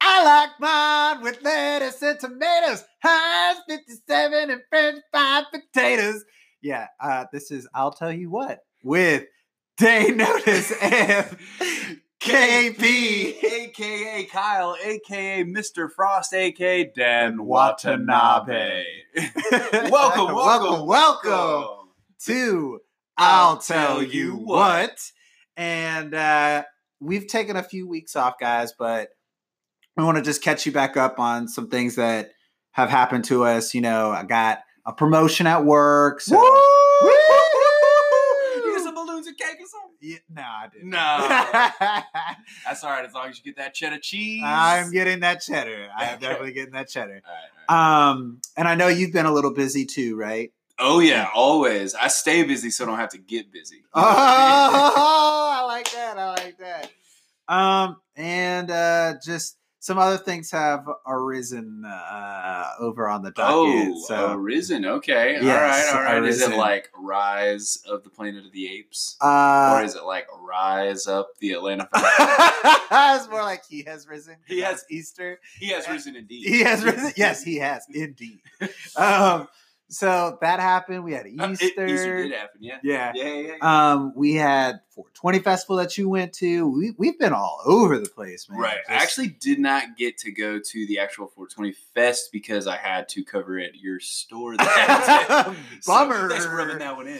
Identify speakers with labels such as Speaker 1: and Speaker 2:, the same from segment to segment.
Speaker 1: black pod with lettuce and tomatoes. Heinz 57 and French fried potatoes. Yeah, uh, this is I'll Tell You What with Day Notice and KP,
Speaker 2: aka Kyle, aka Mr. Frost, aka Dan
Speaker 1: Watanabe.
Speaker 2: Watanabe. welcome,
Speaker 1: welcome,
Speaker 2: welcome,
Speaker 1: welcome to I'll Tell You What. And uh, we've taken a few weeks off, guys, but we want to just catch you back up on some things that have happened to us. You know, I got a promotion at work. So
Speaker 2: You get some balloons and cake or something?
Speaker 1: Yeah, no, I didn't.
Speaker 2: No. That's all right, as long as you get that cheddar cheese.
Speaker 1: I'm getting that cheddar. I am definitely getting that cheddar.
Speaker 2: All right, all right.
Speaker 1: Um, and I know you've been a little busy too, right?
Speaker 2: Oh yeah, always. I stay busy so I don't have to get busy.
Speaker 1: Oh, I like that. I like that. Um, and uh, just some other things have arisen uh, over on the docket.
Speaker 2: Oh,
Speaker 1: so,
Speaker 2: Arisen. Okay.
Speaker 1: Yes,
Speaker 2: all right. All right. Is it
Speaker 1: Arisen.
Speaker 2: like Rise of the Planet of the Apes? or
Speaker 1: uh,
Speaker 2: is it like Rise Up the Atlanta Falcons?
Speaker 1: it's more like he has risen.
Speaker 2: He
Speaker 1: That
Speaker 2: has-
Speaker 1: was Easter.
Speaker 2: he has risen indeed.
Speaker 1: uh, He has risen. Yes, he has indeed. Um, so that happened. We had
Speaker 2: Uh, it-
Speaker 1: Easter.
Speaker 2: Easter did happen. Yeah.
Speaker 1: yeah.
Speaker 2: Yeah. Yeah. yeah.
Speaker 1: Um, we had 420 festival that you went to. We we've been all over the place, man.
Speaker 2: Right. I
Speaker 1: Just-
Speaker 2: actually did not get to go to the actual 420 Fest because I had to cover it at your store. That So,
Speaker 1: Bummer.
Speaker 2: thanks for rubbing that one in.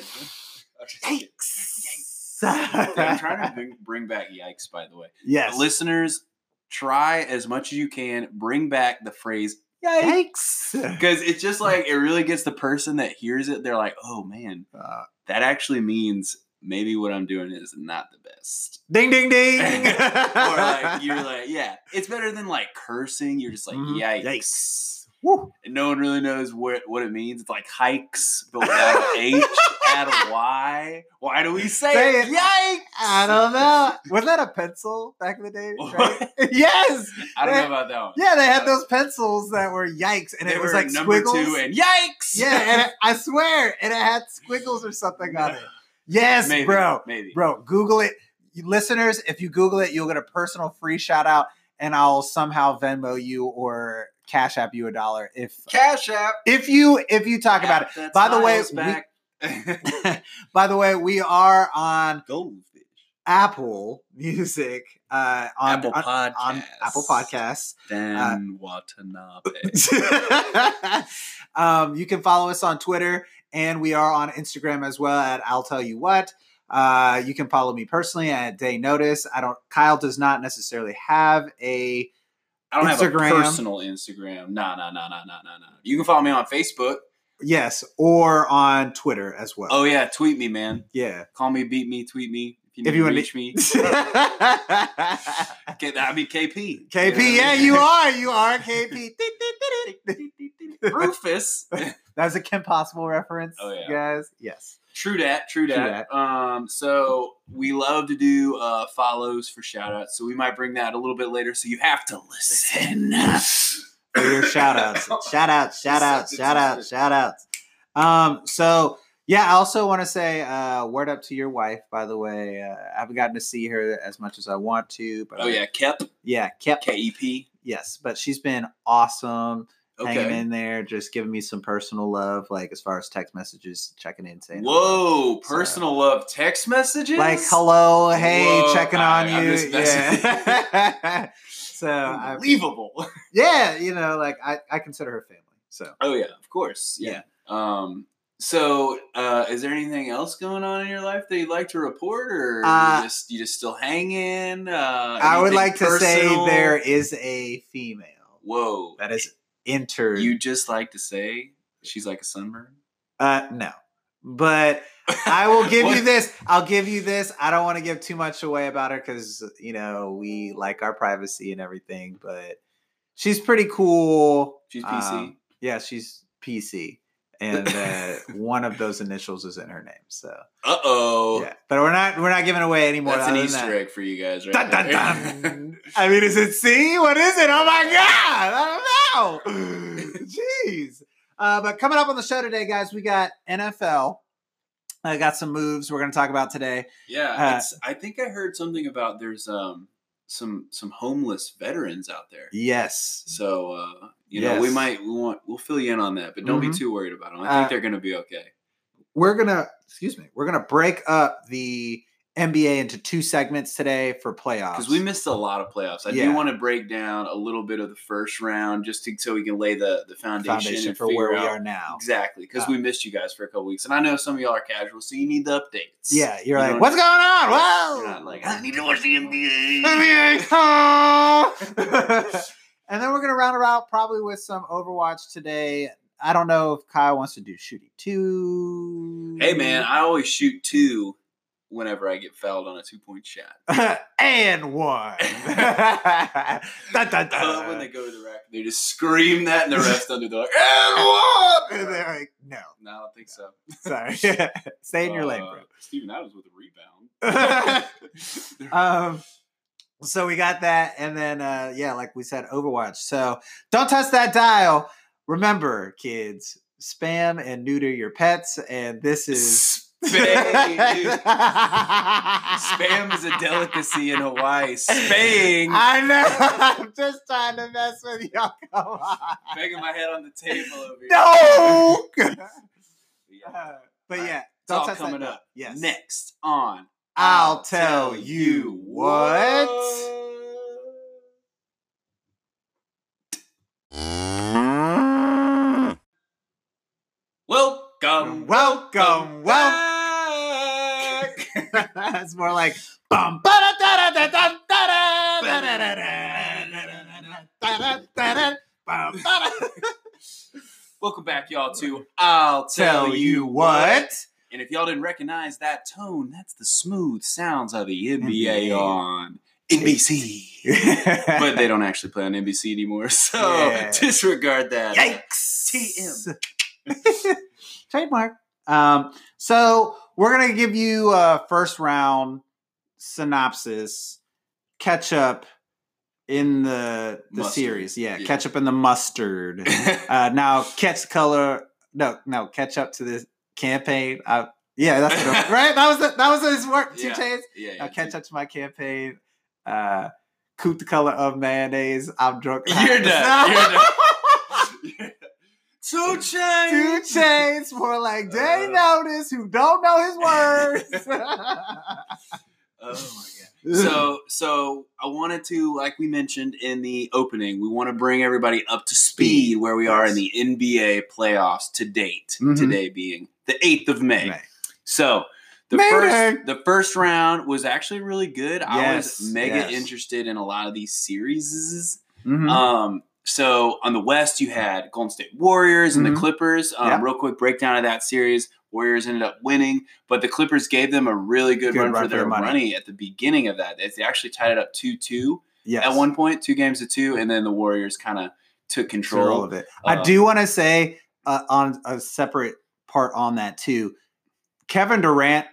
Speaker 2: I'm just kidding.
Speaker 1: Yikes.
Speaker 2: I'm trying to bring, bring back yikes, by the way.
Speaker 1: yes.
Speaker 2: Listeners, try as much as you can. Bring back the phrase yikes.
Speaker 1: Yikes.
Speaker 2: Because it's just like, it really gets the person that hears it. They're like, oh man,
Speaker 1: Uh,
Speaker 2: that actually means maybe what I'm doing is not the best.
Speaker 1: ding ding ding.
Speaker 2: or like, you're like, yeah, it's better than like cursing. You're just like,
Speaker 1: Mhm.
Speaker 2: yikes.
Speaker 1: Woo.
Speaker 2: And no one really knows what, what it means. It's like hikes, but without an H, add a Y. Why do we say,
Speaker 1: Say
Speaker 2: it?
Speaker 1: it.
Speaker 2: Yikes!
Speaker 1: I don't know. Was that a pencil back in the day? Right?
Speaker 2: What?
Speaker 1: yes.
Speaker 2: I don't know about that one.
Speaker 1: Yeah, they had those pencils that were yikes, and
Speaker 2: They
Speaker 1: it was
Speaker 2: were
Speaker 1: like
Speaker 2: number
Speaker 1: squiggles.
Speaker 2: two and yikes.
Speaker 1: yeah, and it, I swear, and it had squiggles or something on it. Yes,
Speaker 2: maybe,
Speaker 1: bro.
Speaker 2: Maybe.
Speaker 1: bro google it You listeners if you google it you'll get a personal free shout out and i'll somehow venmo you or cash app you a dollar if
Speaker 2: Cash app.
Speaker 1: if you if you talk about
Speaker 2: it.
Speaker 1: By the way, we-
Speaker 2: back.
Speaker 1: it by the way we are on
Speaker 2: Goldfish.
Speaker 1: apple music uh on
Speaker 2: Apple
Speaker 1: on,
Speaker 2: Podcasts.
Speaker 1: on apple podcasts
Speaker 2: Dan Watanabe.
Speaker 1: um, you can follow us on Twitter and we are on Instagram as well at I'll Tell You What. Uh, you can follow me personally at Day Notice. I don't. Kyle does not necessarily have a.
Speaker 2: I don't
Speaker 1: Instagram.
Speaker 2: have a personal Instagram. Nah, nah, nah, nah, nah, nah, nah. You can follow me on Facebook.
Speaker 1: Yes, or on Twitter as well.
Speaker 2: Oh yeah, tweet me, man.
Speaker 1: yeah.
Speaker 2: Call me, beat me, tweet me. If you,
Speaker 1: If
Speaker 2: need
Speaker 1: you
Speaker 2: to
Speaker 1: wanna-
Speaker 2: reach me,
Speaker 1: KP,
Speaker 2: K- that'd be KP.
Speaker 1: yeah, you are. You are KP.
Speaker 2: Rufus.
Speaker 1: That's a Kim Possible reference,
Speaker 2: Oh, yeah.
Speaker 1: guys. Yes.
Speaker 2: True dat, true
Speaker 1: True
Speaker 2: dat. Um, so we love to do uh, follows for shout outs. So we might bring that a little bit later. So you have to listen.
Speaker 1: for your shout outs.
Speaker 2: Oh.
Speaker 1: Shout outs, shout outs, shout outs, shout outs. Um, so yeah, I also want to say uh word up to your wife, by the way. Uh, I haven't gotten to see her as much as I want to, but
Speaker 2: Oh yeah, Kep,
Speaker 1: yeah, kept
Speaker 2: K E P.
Speaker 1: yes, but she's been awesome hanging
Speaker 2: Okay.
Speaker 1: in there, just giving me some personal love, like as far as text messages, checking in, saying hello.
Speaker 2: Whoa, personal love text messages.
Speaker 1: Like hello, hey,
Speaker 2: Whoa,
Speaker 1: checking
Speaker 2: I-
Speaker 1: on
Speaker 2: I'm
Speaker 1: you.
Speaker 2: just messing-
Speaker 1: Yeah. so I,
Speaker 2: unbelievable.
Speaker 1: yeah, you know, like I, I consider her family. So
Speaker 2: Oh yeah, of course. Yeah. Um. So, uh, is there anything else going on in your life that you'd like to report, or
Speaker 1: Uh,
Speaker 2: you just you just still hanging? Uh,
Speaker 1: I would
Speaker 2: anything
Speaker 1: like to
Speaker 2: personal?
Speaker 1: say there is a female
Speaker 2: Whoa,
Speaker 1: that is entered.
Speaker 2: you just like to say she's like a sunburn.
Speaker 1: uh, no, but I will give you
Speaker 2: What?
Speaker 1: this. I'll give you this. I don't want to give too much away about her because you know we like our privacy and everything. But she's pretty cool.
Speaker 2: She's PC.
Speaker 1: Um, yeah, she's PC, and uh, one of those initials is in her name. So
Speaker 2: uh oh,
Speaker 1: yeah, but we're not we're not giving away any more.
Speaker 2: that's an
Speaker 1: other than
Speaker 2: Easter
Speaker 1: that.
Speaker 2: egg for you guys, right?
Speaker 1: Dun, dun,
Speaker 2: there.
Speaker 1: dun. I mean, is it C? What is it? Oh my God. I don't know. Jeez. Uh, but coming up on the show today, guys, we got NFL. I got some moves we're going to talk about today.
Speaker 2: yeah,
Speaker 1: Uh,
Speaker 2: it's, I think I heard something about there's um some some homeless veterans out there.
Speaker 1: Yes.
Speaker 2: So uh, you know, we
Speaker 1: Yes.
Speaker 2: might we want we'll fill you in on that, but don't
Speaker 1: Mhm.
Speaker 2: be too worried about them. I think
Speaker 1: Uh,
Speaker 2: they're going to be okay.
Speaker 1: We're gonna excuse me. We're gonna break up the NBA into two segments today for playoffs.
Speaker 2: Because we missed a lot of playoffs. I
Speaker 1: Yeah.
Speaker 2: do want to break down a little bit of the first round just to, so we can lay the, the foundation,
Speaker 1: foundation
Speaker 2: and
Speaker 1: for
Speaker 2: figure
Speaker 1: where we
Speaker 2: out
Speaker 1: are now.
Speaker 2: Exactly, because
Speaker 1: Uh,
Speaker 2: we missed you guys for a couple weeks, and I know some of y'all are casual, so you need the updates.
Speaker 1: Yeah, you're
Speaker 2: You
Speaker 1: like,
Speaker 2: don't-
Speaker 1: what's going on? Whoa!
Speaker 2: You're not like,
Speaker 1: I
Speaker 2: I
Speaker 1: need
Speaker 2: need to watch the NBA.
Speaker 1: NBA. Ah! and then we're gonna round her out probably with some Overwatch today. I don't know if Kyle wants to do shooting two.
Speaker 2: Hey man, I always shoot two whenever I get fouled on a two point shot.
Speaker 1: and one. Dun, dun,
Speaker 2: I love when
Speaker 1: dun.
Speaker 2: they go to the rack, they just scream that, and the refs under the like, and
Speaker 1: And
Speaker 2: what?
Speaker 1: one. And they're like, no,
Speaker 2: No, I don't think so.
Speaker 1: sorry, stay in your lane,
Speaker 2: Uh,
Speaker 1: bro.
Speaker 2: Steven Adams with a rebound. Uh,
Speaker 1: um so we got that and then uh yeah like we said overwatch so don't touch that dial remember kids spam and neuter your pets and this is
Speaker 2: Spay, dude. Spam is a delicacy in Hawaii. Spaying.
Speaker 1: i know i'm just trying to mess with y'all come on
Speaker 2: Banging my head on the table over here.
Speaker 1: no
Speaker 2: Yeah.
Speaker 1: but
Speaker 2: All right.
Speaker 1: yeah
Speaker 2: It's
Speaker 1: don't
Speaker 2: all
Speaker 1: touch that
Speaker 2: coming
Speaker 1: dial.
Speaker 2: up.
Speaker 1: yes
Speaker 2: Next on.
Speaker 1: i'll tell you what
Speaker 2: Welcome,
Speaker 1: Welcome, welcome.
Speaker 2: back.
Speaker 1: it's more like bum ba da da da da da da da da da da da da da bum ba da
Speaker 2: welcome back, y'all. To I'll
Speaker 1: Tell you what.
Speaker 2: And if y'all didn't recognize that tone, that's the smooth sounds of the NBA,
Speaker 1: NBA.
Speaker 2: on NBC. but they don't actually play on NBC anymore, so
Speaker 1: Yeah.
Speaker 2: disregard that.
Speaker 1: Yikes.
Speaker 2: TM.
Speaker 1: Trademark. Um, so we're gonna give you a first round synopsis, catch up in the the
Speaker 2: Mustard.
Speaker 1: series. Yeah,
Speaker 2: Yeah.
Speaker 1: catch up in the mustard. Uh, now catch color. No, no, catch up to this campaign. I, yeah, that's what I'm- right. That was the, that was his work. Two
Speaker 2: Yeah.
Speaker 1: chains.
Speaker 2: yeah,
Speaker 1: Now
Speaker 2: yeah,
Speaker 1: catch up to my campaign. Uh, coot the color of mayonnaise. I'm drunk.
Speaker 2: You're done. You're done. Two
Speaker 1: Two
Speaker 2: chains.
Speaker 1: chains for like day
Speaker 2: Uh.
Speaker 1: notice who don't know his words.
Speaker 2: Oh my god. So so I wanted to, like we mentioned in the opening, we want to bring everybody up to speed where we are in the NBA playoffs to date.
Speaker 1: Mhm.
Speaker 2: Today being the eighth of May.
Speaker 1: Right.
Speaker 2: So the
Speaker 1: Mayday.
Speaker 2: first the first round was actually really good. I was
Speaker 1: Yes,
Speaker 2: mega
Speaker 1: yes.
Speaker 2: interested in a lot of these series.
Speaker 1: Mhm.
Speaker 2: Um, so on the West, you had Golden State Warriors and
Speaker 1: Mhm.
Speaker 2: the Clippers. Um,
Speaker 1: Yeah.
Speaker 2: Real quick breakdown of that series. Warriors ended up winning, but the Clippers gave them a really good,
Speaker 1: Good
Speaker 2: run,
Speaker 1: run
Speaker 2: for
Speaker 1: for
Speaker 2: their,
Speaker 1: their money.
Speaker 2: money at the beginning of that. They they actually tied it up 2 2
Speaker 1: yes.
Speaker 2: at one point, two games to two, and then the Warriors kind of took control.
Speaker 1: control of it. I
Speaker 2: Uh,
Speaker 1: do want to say uh, on a separate part on that too. Kevin Durant,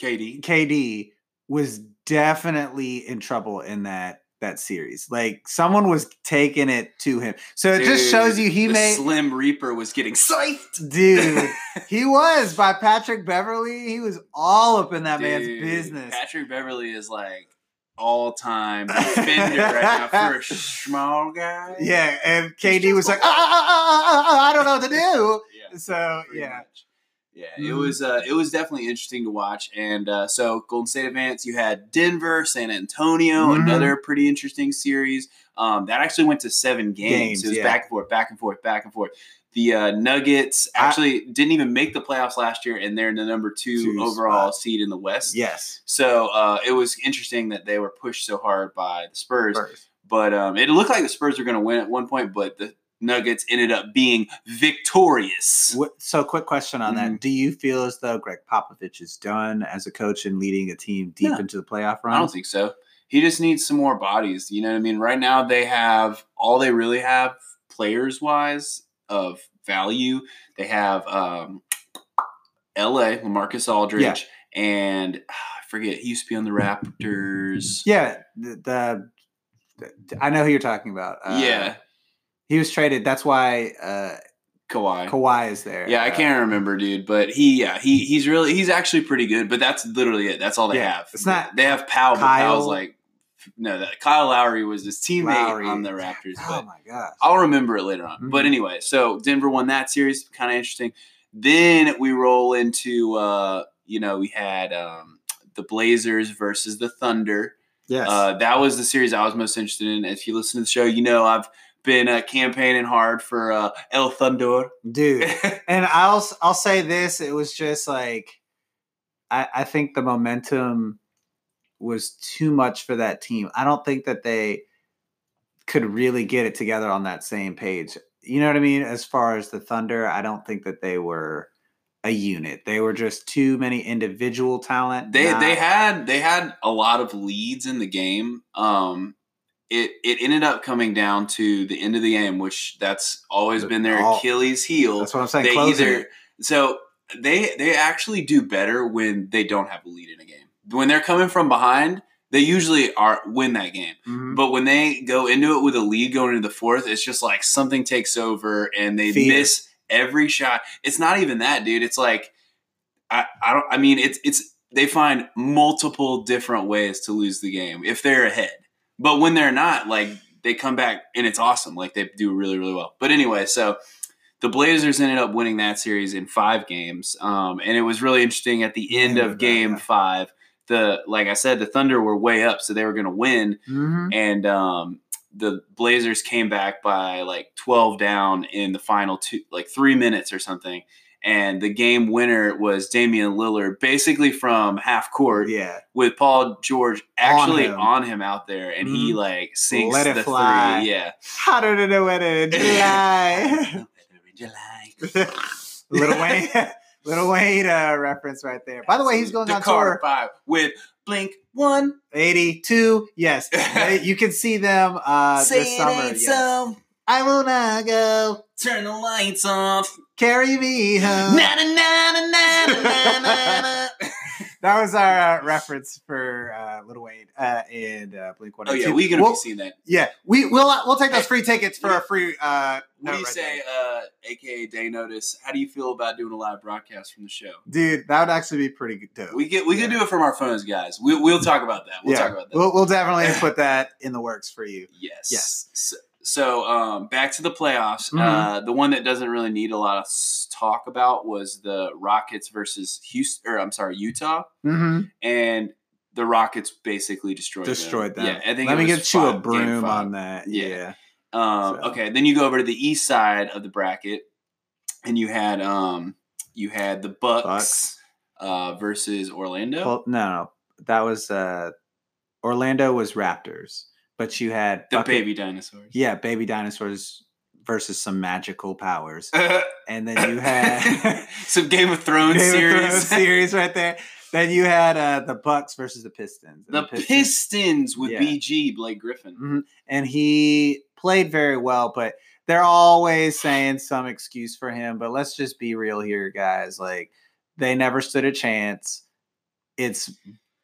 Speaker 2: KD.
Speaker 1: KD was definitely in trouble in that that series. Like someone was taking it to him. So it just shows
Speaker 2: Dude,
Speaker 1: you he
Speaker 2: the
Speaker 1: made
Speaker 2: Slim Reaper was getting psyched.
Speaker 1: dude. he was by Patrick Beverly. He was all up in that man's
Speaker 2: Dude,
Speaker 1: business.
Speaker 2: Patrick Beverly is like all time defender right now for a small guy.
Speaker 1: Yeah, and KD was like, ah, ah, ah, ah, ah, ah, I don't know what to
Speaker 2: Yeah.
Speaker 1: do. So
Speaker 2: pretty
Speaker 1: yeah,
Speaker 2: much. Yeah, it
Speaker 1: Mhm.
Speaker 2: was uh, it was definitely interesting to watch, and uh, so Golden State advance. You had Denver, San Antonio,
Speaker 1: Mhm.
Speaker 2: another pretty interesting series. Um, that actually went to seven games.
Speaker 1: Games,
Speaker 2: it was
Speaker 1: yeah.
Speaker 2: back and forth, back and forth, back and forth. The uh, Nuggets
Speaker 1: I-
Speaker 2: actually didn't even make the playoffs last year, and they're in the number two,
Speaker 1: Two
Speaker 2: overall seed in the West.
Speaker 1: yes.
Speaker 2: So uh, it was interesting that they were pushed so hard by the Spurs.
Speaker 1: Spurs.
Speaker 2: But um, it looked like the Spurs were going to win at one point, but the Nuggets ended up being victorious.
Speaker 1: What- So, quick question on
Speaker 2: Mm-hmm.
Speaker 1: that: Do you feel as though Greg Popovich is done as a coach and leading a team deep
Speaker 2: No.
Speaker 1: into the playoff
Speaker 2: I don't
Speaker 1: round?
Speaker 2: think so. He just needs some more bodies. You know what I mean? Right now, they have all they really have players wise of value. They have um, L.A. Lamarcus Aldridge
Speaker 1: Yeah.
Speaker 2: and ah, I forget he used to be on the Raptors.
Speaker 1: Yeah, the, the, I know who you're talking about. Uh,
Speaker 2: yeah,
Speaker 1: he was traded. That's why uh,
Speaker 2: Kawhi.
Speaker 1: Kawhi is there.
Speaker 2: Yeah, I
Speaker 1: Uh,
Speaker 2: can't remember, dude. But he, yeah, he he's really he's actually pretty good. But that's literally it. That's all they
Speaker 1: Yeah,
Speaker 2: have.
Speaker 1: it's not
Speaker 2: they have Powell. but
Speaker 1: Kyle.
Speaker 2: Powell's like no, that Kyle Lowry was his teammate
Speaker 1: Lowry.
Speaker 2: on the Raptors.
Speaker 1: Oh
Speaker 2: but
Speaker 1: my gosh.
Speaker 2: I'll remember it later on.
Speaker 1: Mhm.
Speaker 2: But anyway, so Denver won that series, kind of interesting. Then we roll into uh, you know we had um, the Blazers versus the Thunder.
Speaker 1: Yes.
Speaker 2: Uh, that was the series I was most interested in. If you listen to the show, you know I've been uh, campaigning hard for uh, El Thunder.
Speaker 1: Dude. and I'll s- I'll say this: it was just like I, I think the momentum was too much for that team. I don't think that they could really get it together on that same page. You know what I mean? As far as the Thunder, I don't think that they were a unit. They were just too many individual talent.
Speaker 2: They
Speaker 1: not-
Speaker 2: they had they had a lot of leads in the game. Um, it it ended up coming down to the end of the game, which that's always
Speaker 1: The-
Speaker 2: been their
Speaker 1: all-
Speaker 2: Achilles heel.
Speaker 1: That's what I'm saying.
Speaker 2: they
Speaker 1: Closing
Speaker 2: either
Speaker 1: it.
Speaker 2: so they they actually do better when they don't have a lead in a game. When they're coming from behind, they usually are win that game.
Speaker 1: Mhm.
Speaker 2: But when they go into it with a lead going into the fourth, it's just like something takes over and they
Speaker 1: Fear.
Speaker 2: miss every shot. It's not even that, dude. It's like I, I don't I mean it's it's they find multiple different ways to lose the game if they're ahead. But when they're not, like they come back and it's awesome. Like they do really, really well. But anyway, so the Blazers ended up winning that series in five games. Um, and it was really interesting at the end
Speaker 1: Yeah,
Speaker 2: of game
Speaker 1: yeah.
Speaker 2: five. The like I said, the Thunder were way up, so they were gonna win
Speaker 1: Mhm.
Speaker 2: and um, the Blazers came back by like 12 down in the final two, like three minutes or something. And the game winner was Damian Lillard, basically from half court,
Speaker 1: Yeah.
Speaker 2: with Paul George actually on
Speaker 1: him.
Speaker 2: him, out there, and he
Speaker 1: Mhm.
Speaker 2: like sinks
Speaker 1: Let it
Speaker 2: the
Speaker 1: fly.
Speaker 2: three. Yeah,
Speaker 1: Hotter than the weather in July. Little Wayne, Little Wayne uh, reference right there. By the way, he's going
Speaker 2: to
Speaker 1: on tour.
Speaker 2: car five with Blink One.
Speaker 1: 82 yes They- you can see them uh
Speaker 2: Say
Speaker 1: this
Speaker 2: it
Speaker 1: summer
Speaker 2: ain't
Speaker 1: yes.
Speaker 2: so.
Speaker 1: i will not go
Speaker 2: Turn the lights off.
Speaker 1: carry me home
Speaker 2: Na, na, na, na, na, na, na, na.
Speaker 1: that was our uh, reference for uh little wayne uh and uh blink one
Speaker 2: Oh yeah, we gonna
Speaker 1: we'll,
Speaker 2: be seeing that.
Speaker 1: yeah we we'll uh, we'll take those free tickets for
Speaker 2: What-
Speaker 1: a free uh
Speaker 2: What do
Speaker 1: note
Speaker 2: you
Speaker 1: right
Speaker 2: say,
Speaker 1: there.
Speaker 2: uh, aka day notice? How do you feel about doing a live broadcast from the show?
Speaker 1: dude that would actually be pretty good dope.
Speaker 2: We get we can
Speaker 1: Yeah.
Speaker 2: do it from our phones, guys. We, we'll talk about that. We'll
Speaker 1: yeah
Speaker 2: talk about that.
Speaker 1: We'll, we'll definitely put that in the works for you
Speaker 2: yes.
Speaker 1: Yes.
Speaker 2: So, so, um, back to the playoffs.
Speaker 1: Mhm.
Speaker 2: Uh, the one that doesn't really need a lot of s- talk about was the Rockets versus Houston, or I'm sorry, Utah,
Speaker 1: mm-hmm.
Speaker 2: and the Rockets basically destroyed them.
Speaker 1: destroyed them
Speaker 2: Yeah, I think
Speaker 1: let
Speaker 2: it
Speaker 1: me
Speaker 2: was
Speaker 1: get you a
Speaker 2: five- game
Speaker 1: broom
Speaker 2: five.
Speaker 1: on that
Speaker 2: Yeah.
Speaker 1: yeah.
Speaker 2: Um,
Speaker 1: So-
Speaker 2: Okay, then you go over to the east side of the bracket, and you had um, you had the Bucks,
Speaker 1: Bucks.
Speaker 2: Uh, versus Orlando.
Speaker 1: Well, no, no, that was uh, Orlando was Raptors, but you had
Speaker 2: the
Speaker 1: Bucket-
Speaker 2: baby dinosaurs.
Speaker 1: yeah, baby dinosaurs versus some magical powers, and then you had
Speaker 2: some Game of Thrones
Speaker 1: Game of
Speaker 2: series.
Speaker 1: Thrones series right there. Then you had uh, the Bucks versus the Pistons. and
Speaker 2: the Pistons with
Speaker 1: Yeah.
Speaker 2: BG Blake Griffin.
Speaker 1: Mhm. and he played very well, but they're always saying some excuse for him. But let's just be real here, guys. Like they never stood a chance. It's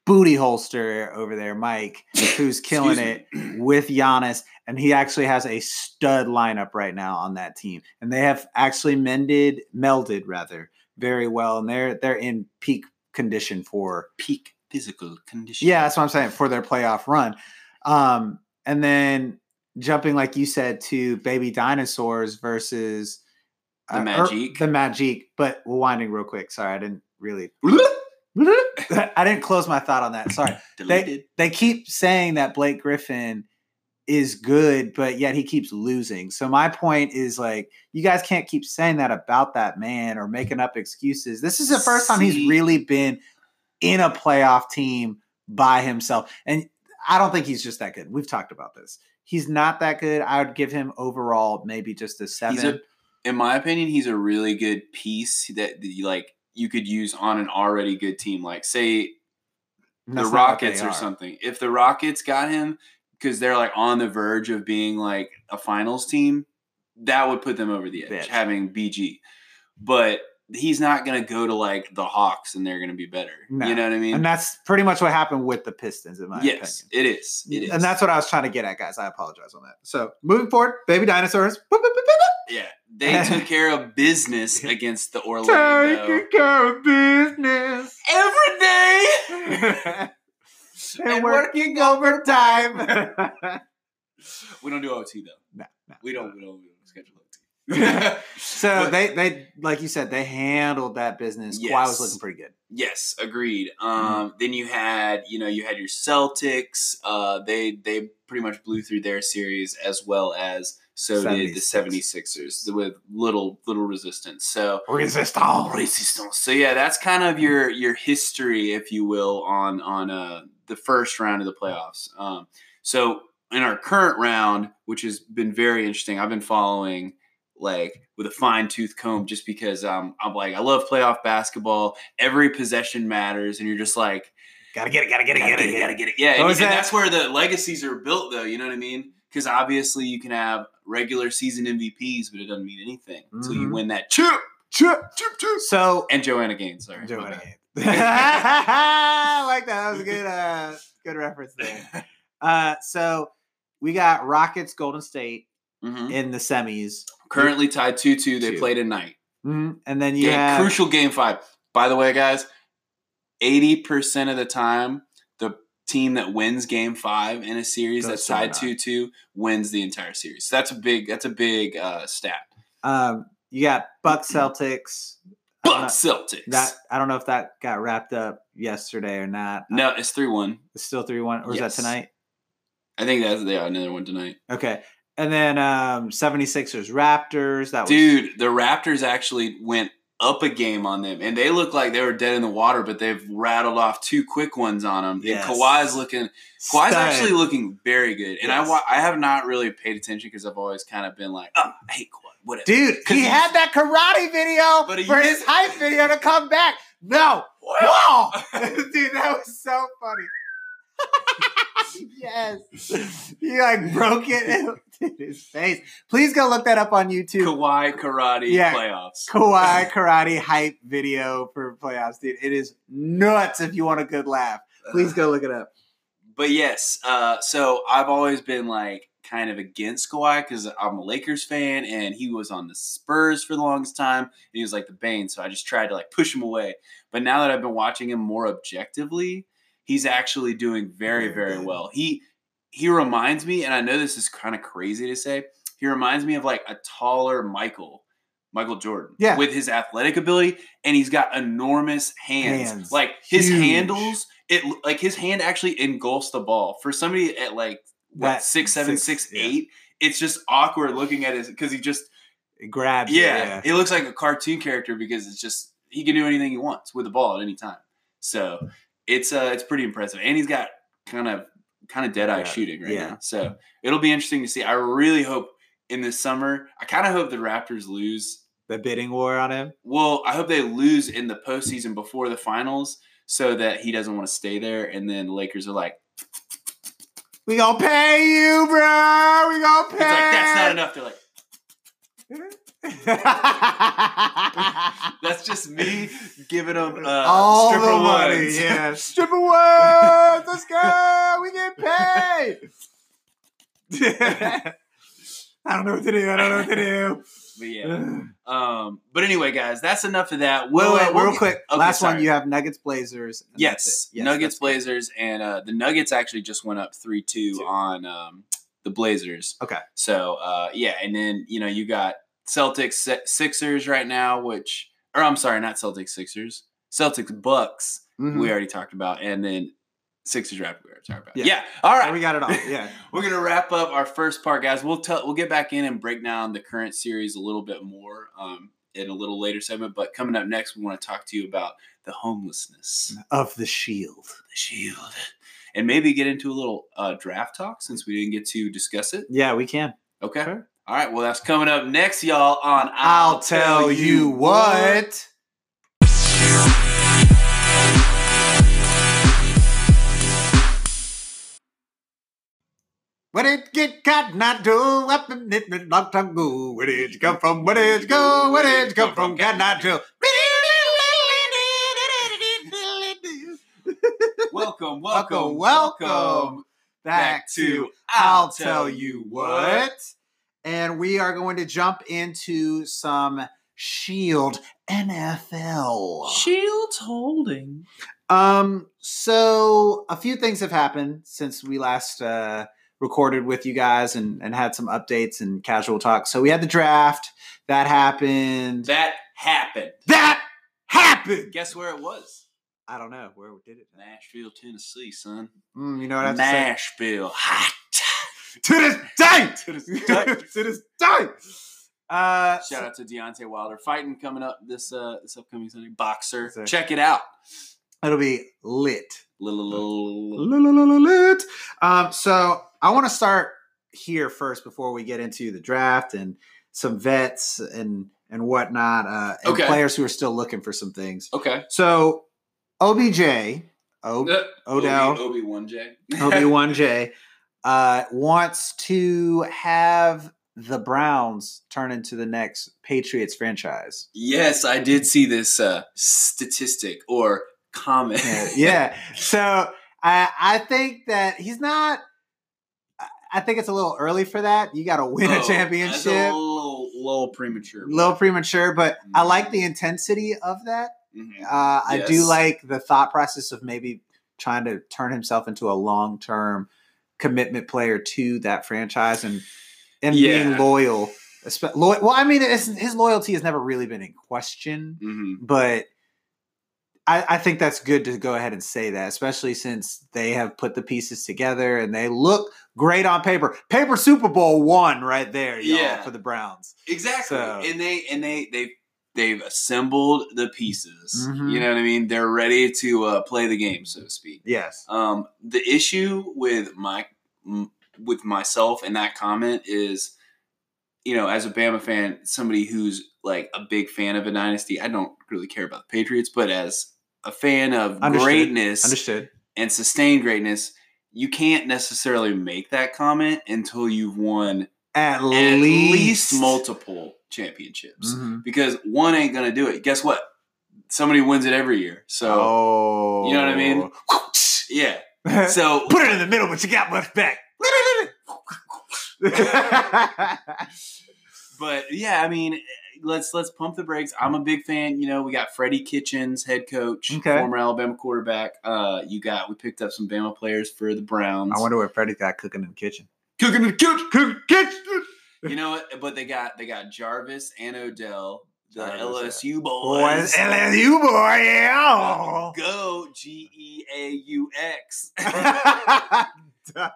Speaker 1: booty holster over there, Mike, who's killing it
Speaker 2: Excuse
Speaker 1: with Giannis, and he actually has a stud lineup right now on that team, and they have actually mended, melded rather, very well, and they're they're in peak condition for
Speaker 2: Peak physical condition.
Speaker 1: yeah, that's what I'm saying for their playoff run. Um, and then jumping, like you said, to Baby Dinosaurs versus
Speaker 2: The
Speaker 1: or
Speaker 2: Magic.
Speaker 1: the Magic. But we're winding real quick. Sorry, I didn't really. I didn't close my thought on that. Sorry.
Speaker 2: Deleted.
Speaker 1: They keep saying that Blake Griffin is good, but yet he keeps losing. So my point is like, you guys can't keep saying that about that man or making up excuses. This is the first time
Speaker 2: See.
Speaker 1: he's really been in a playoff team by himself. And I don't think he's just that good. We've talked about this. He's not that good. I would give him overall maybe just a seven.
Speaker 2: He's a, in my opinion, he's a really good piece that that you like you could use on an already good team. Like say
Speaker 1: And
Speaker 2: the
Speaker 1: that's not what they
Speaker 2: Rockets or
Speaker 1: are.
Speaker 2: something. If the Rockets got him because they're like on the verge of being like a finals team, that would put them over the edge
Speaker 1: Bitch.
Speaker 2: having BG. But he's not going to go to like the Hawks and they're going to be better.
Speaker 1: No.
Speaker 2: You know what I
Speaker 1: And
Speaker 2: mean?
Speaker 1: that's pretty much what happened with the Pistons, in my opinion.
Speaker 2: Yes, it is. It is.
Speaker 1: And that's what I was trying to get at, guys. I apologize on that. So moving forward, baby dinosaurs. Boop, boop, boop,
Speaker 2: yeah. They took care of business against the
Speaker 1: boop, boop.
Speaker 2: Orlando.
Speaker 1: Taking care of business.
Speaker 2: Every day.
Speaker 1: They're
Speaker 2: And
Speaker 1: working overtime.
Speaker 2: We don't do OT though.
Speaker 1: No, no,
Speaker 2: we don't. We don't, we don't schedule
Speaker 1: Yeah.
Speaker 2: OT.
Speaker 1: so
Speaker 2: But-
Speaker 1: they they like you said they handled that business. Kawhi was
Speaker 2: Yes.
Speaker 1: looking pretty good.
Speaker 2: Yes, agreed. Um, Then you had, you know, you had your Celtics. Uh, they they pretty much blew through their series as well as so did the 76ers with little little resistance. So
Speaker 1: Resist
Speaker 2: all resistance. So yeah, that's kind of your your history, if you will, on on uh, the first round of the playoffs. Um, so in our current round, which has been very interesting, I've been following like with a fine tooth comb, just because um, I'm like I love playoff basketball. Every possession matters, and you're just like
Speaker 1: Gotta get it. Gotta get it.
Speaker 2: gotta get it, gotta get it. Yeah,
Speaker 1: What
Speaker 2: and,
Speaker 1: was
Speaker 2: and
Speaker 1: that?
Speaker 2: that's where the legacies are built, though. You know what I mean? Because obviously you can have regular season MVPs, but it doesn't mean anything until you
Speaker 1: Mhm.
Speaker 2: win that chip.
Speaker 1: Chip, chip, chip. So
Speaker 2: And Joanna Gaines, sorry.
Speaker 1: do
Speaker 2: my
Speaker 1: it
Speaker 2: bad.
Speaker 1: again. I like that. That was a good uh, good reference there. Uh, so we got Rockets, Golden State
Speaker 2: Mhm.
Speaker 1: in the semis,
Speaker 2: Currently tied 2 2. They
Speaker 1: Two.
Speaker 2: play tonight.
Speaker 1: Mhm. and then you
Speaker 2: Game-
Speaker 1: have
Speaker 2: Crucial game five. By the way, guys, 80% of the time, the team that wins game five in a series
Speaker 1: Goes
Speaker 2: that's
Speaker 1: to
Speaker 2: tied
Speaker 1: win
Speaker 2: 2 2 wins the entire series. So that's a big that's a big uh, stat.
Speaker 1: um, you got Bucks, Celtics. I don't
Speaker 2: But Celtics.
Speaker 1: know- that I don't know if that got wrapped up yesterday or not.
Speaker 2: no, it's 3 1.
Speaker 1: It's still three one, or is
Speaker 2: Yes.
Speaker 1: that tonight?
Speaker 2: I think that's they are another one tonight.
Speaker 1: Okay. And then um 76ers Raptors. That was
Speaker 2: Dude, the Raptors actually went up a game on them, and they look like they were dead in the water, but they've rattled off two quick ones on them.
Speaker 1: Yes.
Speaker 2: And Kawhi's looking Kawhi's
Speaker 1: stud.
Speaker 2: actually looking very good, and I
Speaker 1: Yes.
Speaker 2: wa- I have not really paid attention because I've always kind of been like, oh, I hate Kawhi, whatever.
Speaker 1: Dude, he
Speaker 2: he's-
Speaker 1: had that karate video
Speaker 2: But he-
Speaker 1: for his hype video to come back. No. Wow. Dude, that was so funny. yes. He like broke it in his face. Please go look that up on YouTube.
Speaker 2: Kawhi karate
Speaker 1: Yeah.
Speaker 2: playoffs.
Speaker 1: Kawhi karate hype video for playoffs, dude. It is nuts if you want a good laugh. Please go look it up.
Speaker 2: But yes, uh, so I've always been like kind of against Kawhi because I'm a Lakers fan, and he was on the Spurs for the longest time, and he was like the bane. So I just tried to like push him away. But now that I've been watching him more objectively, he's actually doing very
Speaker 1: Very
Speaker 2: very
Speaker 1: good.
Speaker 2: well. He he reminds me, and I know this is kind of crazy to say, he reminds me of like a taller Michael. Michael Jordan,
Speaker 1: Yeah.
Speaker 2: with his athletic ability, and he's got enormous hands.
Speaker 1: Hands.
Speaker 2: Like his
Speaker 1: Huge.
Speaker 2: handles, it like his hand actually engulfs the ball for somebody at like what
Speaker 1: That-
Speaker 2: six seven
Speaker 1: six-
Speaker 2: six eight. It's just awkward looking at his because he just
Speaker 1: It grabs you,
Speaker 2: yeah, he looks like a cartoon character because it's just he can do anything he wants with the ball at any time. So it's uh it's pretty impressive, and he's got kind of kind of dead eye
Speaker 1: Yeah,
Speaker 2: shooting right
Speaker 1: yeah.
Speaker 2: now. So it'll be interesting to see. I really hope in this summer. I kind of hope the Raptors lose
Speaker 1: The bidding war on him.
Speaker 2: well, I hope they lose in the postseason before the finals so that he doesn't want to stay there. And then the Lakers are like,
Speaker 1: We gonna pay you, bro. We gonna pay.
Speaker 2: it's like, that's not enough. They're like, that's just me giving them uh,
Speaker 1: All
Speaker 2: stripper
Speaker 1: the money,
Speaker 2: ones.
Speaker 1: yeah. Stripper ones, let's go. We get paid. I don't know what to do. I don't know what to do.
Speaker 2: But yeah. Um, but anyway, guys, that's enough of that. We'll- uh,
Speaker 1: wait, wait,
Speaker 2: we'll
Speaker 1: real
Speaker 2: get-
Speaker 1: quick.
Speaker 2: okay,
Speaker 1: last one.
Speaker 2: sorry.
Speaker 1: You have Nuggets, Blazers. and that's
Speaker 2: Yes,
Speaker 1: it. Yes,
Speaker 2: Nuggets,
Speaker 1: that's-
Speaker 2: Blazers, and uh, the Nuggets actually just went up three two on um, the Blazers.
Speaker 1: Okay.
Speaker 2: So uh, yeah, and then you know you got Celtics Se- Sixers right now, which or I'm sorry, not Celtics Sixers, Celtics Bucks.
Speaker 1: Mhm.
Speaker 2: We already talked about, and then Sixers Raptors. We already talked about.
Speaker 1: Yeah.
Speaker 2: Yeah. All
Speaker 1: Yeah,
Speaker 2: right.
Speaker 1: we got it all. Yeah.
Speaker 2: We're gonna wrap up our first part, guys. We'll tell we'll get back in and break down the current series a little bit more um, in a little later segment. But coming up next, we want to talk to you about the homelessness
Speaker 1: of the Shield.
Speaker 2: the shield and maybe get into a little uh, draft talk since we didn't get to discuss it
Speaker 1: Yeah, we can.
Speaker 2: okay
Speaker 1: Sure.
Speaker 2: all right well that's coming up next y'all on
Speaker 1: I'll tell you what. Where did it get caught? Not do up in it, but long time ago. Where did you come from? Where did you go? Where did you come from? Got not do.
Speaker 2: welcome welcome
Speaker 1: Welcome,
Speaker 2: welcome
Speaker 1: welcome back to I'll tell you what. And we are going to jump into E some Shield NFL.
Speaker 2: shield's holding
Speaker 1: Um, so a few things have happened since we last uh, recorded with you guys and, and had some updates and casual talk. So we had the draft that happened.
Speaker 2: That happened.
Speaker 1: That happened.
Speaker 2: Guess where it was?
Speaker 1: I don't know where did it.
Speaker 2: Nashville, Tennessee, son.
Speaker 1: Mm, you know what I have to say.
Speaker 2: Nashville, hot.
Speaker 1: To this day,
Speaker 2: To this day.
Speaker 1: to this day. Uh,
Speaker 2: Shout out to Deontay Wilder fighting coming up this uh this upcoming Sunday. Boxer,
Speaker 1: Sorry.
Speaker 2: check it out.
Speaker 1: it'll be lit.
Speaker 2: Little, little, little.
Speaker 1: Lit. Um, so I want to start here first before we get into the draft and some vets and and whatnot, uh, and
Speaker 2: Okay.
Speaker 1: players who are still looking for some things.
Speaker 2: Okay.
Speaker 1: So OBJ, o,
Speaker 2: Uh,
Speaker 1: Odell.
Speaker 2: Obi one J.
Speaker 1: OB1J, uh, wants to have the Browns turn into the next Patriots franchise.
Speaker 2: Yes, I did see this uh, statistic or comment.
Speaker 1: yeah, yeah. So I I think that he's not. I- I think it's a little early for that. You got to win a
Speaker 2: Oh, that's
Speaker 1: championship.
Speaker 2: a
Speaker 1: A little,
Speaker 2: little, little premature.
Speaker 1: premature, but I like the intensity of that.
Speaker 2: Mhm.
Speaker 1: Uh, I do
Speaker 2: Yes.
Speaker 1: like the thought process of maybe trying to turn himself into a long term commitment player to that franchise and and
Speaker 2: Yeah.
Speaker 1: being loyal. Espe- lo- well, I mean, it's, his loyalty has never really been in question
Speaker 2: Mhm.
Speaker 1: but I, I think that's good to go ahead and say that, especially since they have put the pieces together and they look great on paper. Paper Super Bowl one right there, y'all,
Speaker 2: Yeah.
Speaker 1: for the Browns.
Speaker 2: Exactly.
Speaker 1: So-
Speaker 2: And they and they they they've assembled the pieces.
Speaker 1: Mhm.
Speaker 2: You know what I mean? They're ready to uh, play the game, so to speak.
Speaker 1: Yes.
Speaker 2: Um, the issue with my m- with myself and that comment is, you know, as a Bama fan, somebody who's like a big fan of a dynasty, I don't really care about the Patriots, but as a fan of
Speaker 1: Understood.
Speaker 2: greatness
Speaker 1: Understood.
Speaker 2: and sustained greatness, you can't necessarily make that comment until you've won
Speaker 1: At,
Speaker 2: at
Speaker 1: least,
Speaker 2: least multiple championships.
Speaker 1: Mhm.
Speaker 2: Because one ain't gonna do it. Guess what? Somebody wins it every year. So
Speaker 1: oh.
Speaker 2: you know what I mean? yeah. So
Speaker 1: Put it in the middle, but you got much back.
Speaker 2: But yeah, I mean, let's let's pump the brakes. I'm a big fan. You know, we got Freddie Kitchens, head coach,
Speaker 1: Okay.
Speaker 2: former Alabama quarterback. Uh, you got we picked up some Bama players for the Browns.
Speaker 1: I wonder what Freddie got cooking in the kitchen.
Speaker 2: Cooking the coach.
Speaker 1: Cooking kitchen.
Speaker 2: You know what? But they got they got Jarvis and Odell, the
Speaker 1: Jarvis, yeah.
Speaker 2: LSU boys.
Speaker 1: Boys, LSU boy, yeah.
Speaker 2: Go G E A U X.
Speaker 1: Go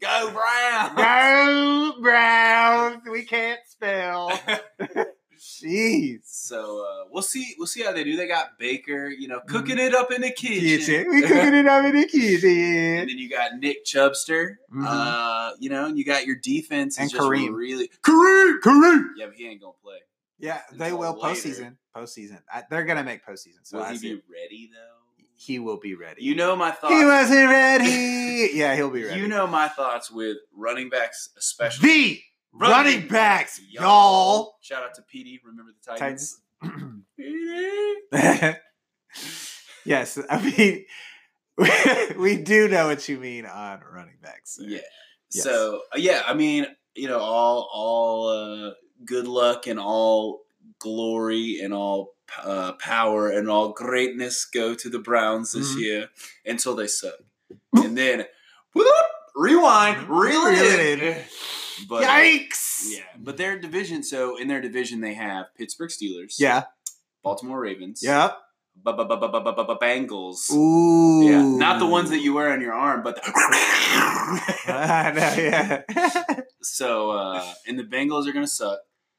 Speaker 2: Go Brown.
Speaker 1: Browns. We can't spell. Jeez.
Speaker 2: So uh, we'll see. We'll see how they do. They got Baker, you know, cooking it up in the kitchen.
Speaker 1: Mm-hmm. Kitchen. We cooking it up in the kitchen.
Speaker 2: And then you got Nick Chubster.
Speaker 1: Mhm.
Speaker 2: Uh, you know, and you got your defense is
Speaker 1: And
Speaker 2: just
Speaker 1: Kareem.
Speaker 2: really.
Speaker 1: Kareem. Kareem.
Speaker 2: Yeah, but he ain't gonna play.
Speaker 1: Yeah, they
Speaker 2: Until
Speaker 1: will
Speaker 2: later.
Speaker 1: postseason. Postseason. I, they're gonna make postseason. So
Speaker 2: will
Speaker 1: I
Speaker 2: he
Speaker 1: see.
Speaker 2: be ready though?
Speaker 1: he will be ready.
Speaker 2: You know my thoughts.
Speaker 1: he wasn't ready. yeah, he'll be ready.
Speaker 2: You know my thoughts with running backs, especially
Speaker 1: the running backs, y'all.
Speaker 2: Shout out to PD. Remember the Titans.
Speaker 1: Titans.
Speaker 2: PD.
Speaker 1: yes, I mean we do know what you mean on running backs. sir.
Speaker 2: Yeah.
Speaker 1: Yes.
Speaker 2: So uh, yeah, I mean, you know, all all uh, good luck and all glory and all uh, power and all greatness go to the Browns this
Speaker 1: Mhm.
Speaker 2: year until they suck, and then whoop, rewind, reel it,
Speaker 1: Reel it
Speaker 2: in.
Speaker 1: in.
Speaker 2: But uh,
Speaker 1: Yikes!
Speaker 2: yeah, but their division. So in their division, they have Pittsburgh Steelers,
Speaker 1: Yeah.
Speaker 2: Baltimore Ravens,
Speaker 1: Yep.
Speaker 2: ba- ba- ba- ba- ba- ba- ba- ba- Bengals.
Speaker 1: Ooh.
Speaker 2: Yeah, not the ones that you wear on your arm, but the
Speaker 1: I know,
Speaker 2: so uh, and the Bengals are gonna suck.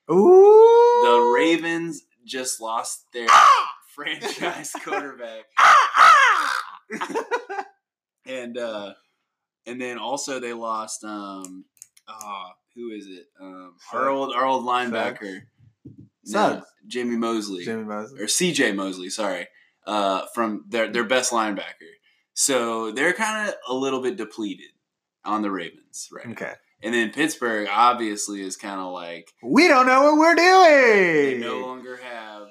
Speaker 1: yeah. Ooh.
Speaker 2: The Ravens just lost their franchise quarterback, and uh, and then also they lost um, ah, who is it? Um, our
Speaker 1: Suggs.
Speaker 2: old our old linebacker, No,
Speaker 1: Suggs.
Speaker 2: Jimmy Mosley
Speaker 1: Jimmy Mosley.
Speaker 2: or C.J. Mosley, sorry, uh, from their their best linebacker. So they're kind of a little bit depleted on the Ravens, right? now.
Speaker 1: Okay.
Speaker 2: And then Pittsburgh obviously is kind of like
Speaker 1: We don't know what we're
Speaker 2: they
Speaker 1: doing.
Speaker 2: no longer have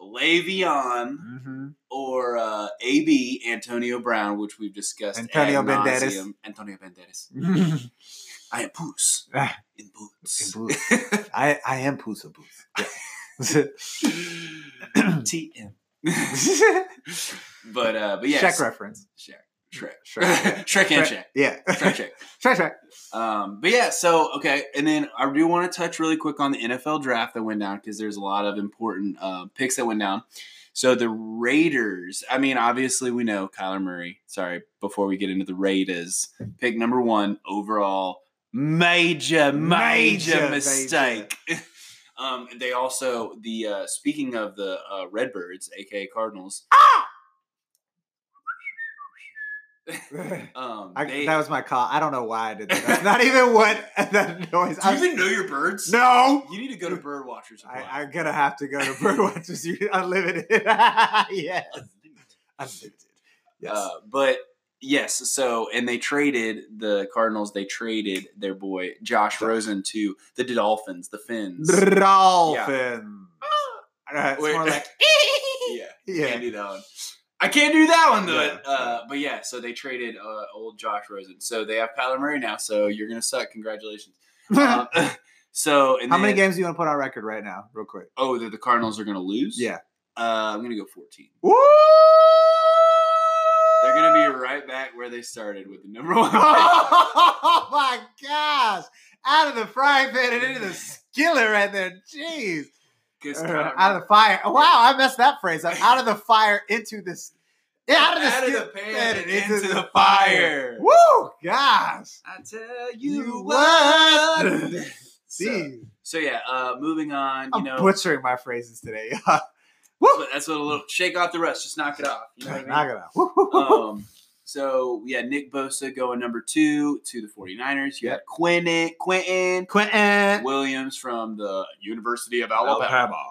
Speaker 2: Le'Veon.
Speaker 1: Mhm.
Speaker 2: or uh, AB Antonio Brown, which we've discussed.
Speaker 1: Antonio
Speaker 2: ad
Speaker 1: Banderas.
Speaker 2: nauseam. Antonio Banderas.
Speaker 1: Mm-hmm.
Speaker 2: I am Poos.
Speaker 1: Ah.
Speaker 2: In boots.
Speaker 1: In boots. I, I am Pusa Boots. Yeah.
Speaker 2: TM. but uh, but yeah,
Speaker 1: Check reference.
Speaker 2: Shrek, Shrek,
Speaker 1: Shrek, yeah.
Speaker 2: Shrek and Shrek,
Speaker 1: Yeah.
Speaker 2: Shrek, Shrek.
Speaker 1: Shrek, Shrek.
Speaker 2: Um, but yeah, so okay, and then I do want to touch really quick on the NFL draft that went down because there's a lot of important uh, picks that went down. So the Raiders, I mean, obviously we know Kyler Murray. Sorry, before we get into the Raiders, pick number one overall, major, major,
Speaker 1: Major,
Speaker 2: mistake. um, they also the uh, speaking of the uh, Redbirds, aka Cardinals. Um,
Speaker 1: I,
Speaker 2: they-
Speaker 1: that was my call. I don't know why I did that. That's not even what that noise.
Speaker 2: do you
Speaker 1: I-
Speaker 2: even know your birds?
Speaker 1: no.
Speaker 2: You need to go to bird watchers. and watch.
Speaker 1: I, I'm gonna have to go to Birdwatchers Uni- Unlimited. yes, unlimited. Yes.
Speaker 2: Uh, but yes, so and they traded the Cardinals. They traded their boy Josh Rosen to the Dolphins, the Finns.
Speaker 1: Dolphins. Uh, it's
Speaker 2: Uh, Wait.
Speaker 1: more like
Speaker 2: yeah, can't
Speaker 1: yeah.
Speaker 2: do that one. I can't do that one though.
Speaker 1: Yeah.
Speaker 2: Uh, but yeah, so they traded uh, old Josh Rosen. So they have Kyler Murray now. So you're gonna suck. Congratulations. Um, so and
Speaker 1: How many
Speaker 2: then-
Speaker 1: games do you want to put on record right now, real quick?
Speaker 2: Oh, that the Cardinals are gonna lose.
Speaker 1: Yeah.
Speaker 2: uh, I'm gonna go 14.
Speaker 1: Woo!
Speaker 2: They're gonna be right back where they started with the number one.
Speaker 1: Oh my gosh! Out of the frying pan and into the skillet right there. Jeez.
Speaker 2: 'Cause
Speaker 1: Uh,
Speaker 2: Kyler
Speaker 1: out of the fire. Wow, I messed that phrase up. Out of the fire into this. Yeah, out of the,
Speaker 2: Out of
Speaker 1: skillet
Speaker 2: the pan and into the fire.
Speaker 1: Woo! Gosh.
Speaker 2: I tell
Speaker 1: You
Speaker 2: you
Speaker 1: what?
Speaker 2: what. so,
Speaker 1: See,
Speaker 2: so yeah, uh, moving on. You
Speaker 1: I'm
Speaker 2: know,
Speaker 1: butchering my phrases today.
Speaker 2: that's what- that's what a little shake off the rust. Just knock it off. You know what I
Speaker 1: Knock it out. Woo, woo, woo,
Speaker 2: mean?
Speaker 1: woo.
Speaker 2: um, so yeah, Nick Bosa going number two to the 49ers. You
Speaker 1: Yep.
Speaker 2: had Quentin, Quentin
Speaker 1: Quentin.
Speaker 2: Williams from the University of Alabama,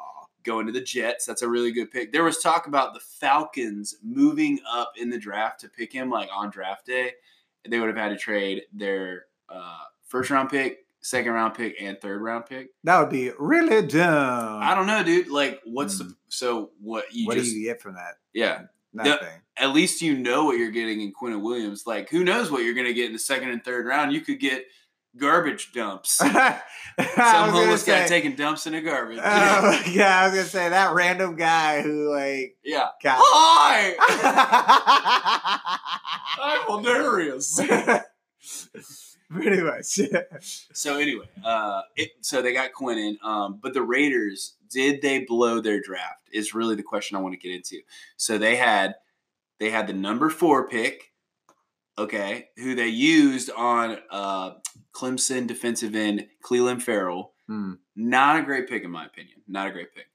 Speaker 2: going to the Jets. That's a really good pick. There was talk about the Falcons moving up in the draft to pick him like on draft day. They would have had to trade their uh, first round pick, second round pick, and third round pick.
Speaker 1: That would be really dumb.
Speaker 2: I don't know, dude. Like, what's
Speaker 1: Hmm.
Speaker 2: the so what you
Speaker 1: what
Speaker 2: just
Speaker 1: do you get from that?
Speaker 2: yeah?
Speaker 1: Nothing.
Speaker 2: At least you know what you're getting in Quinton Williams. Like, who knows what you're going to get in the second and third round? You could get garbage dumps.
Speaker 1: I
Speaker 2: Some
Speaker 1: was gonna
Speaker 2: homeless guy
Speaker 1: say-
Speaker 2: taking dumps in a garbage.
Speaker 1: Oh, yeah, I was gonna say that random guy who like
Speaker 2: yeah.
Speaker 1: got.
Speaker 2: Hi, I'm Honorius.
Speaker 1: Pretty much.
Speaker 2: So anyway, uh, it, so they got Quinnen, um, but the Raiders did they blow their draft? Is really the question I want to get into. So they had they had the number four pick, okay, who they used on uh, Clemson defensive end Cleveland Farrell.
Speaker 1: Hmm.
Speaker 2: Not a great pick in my opinion. Not a great pick.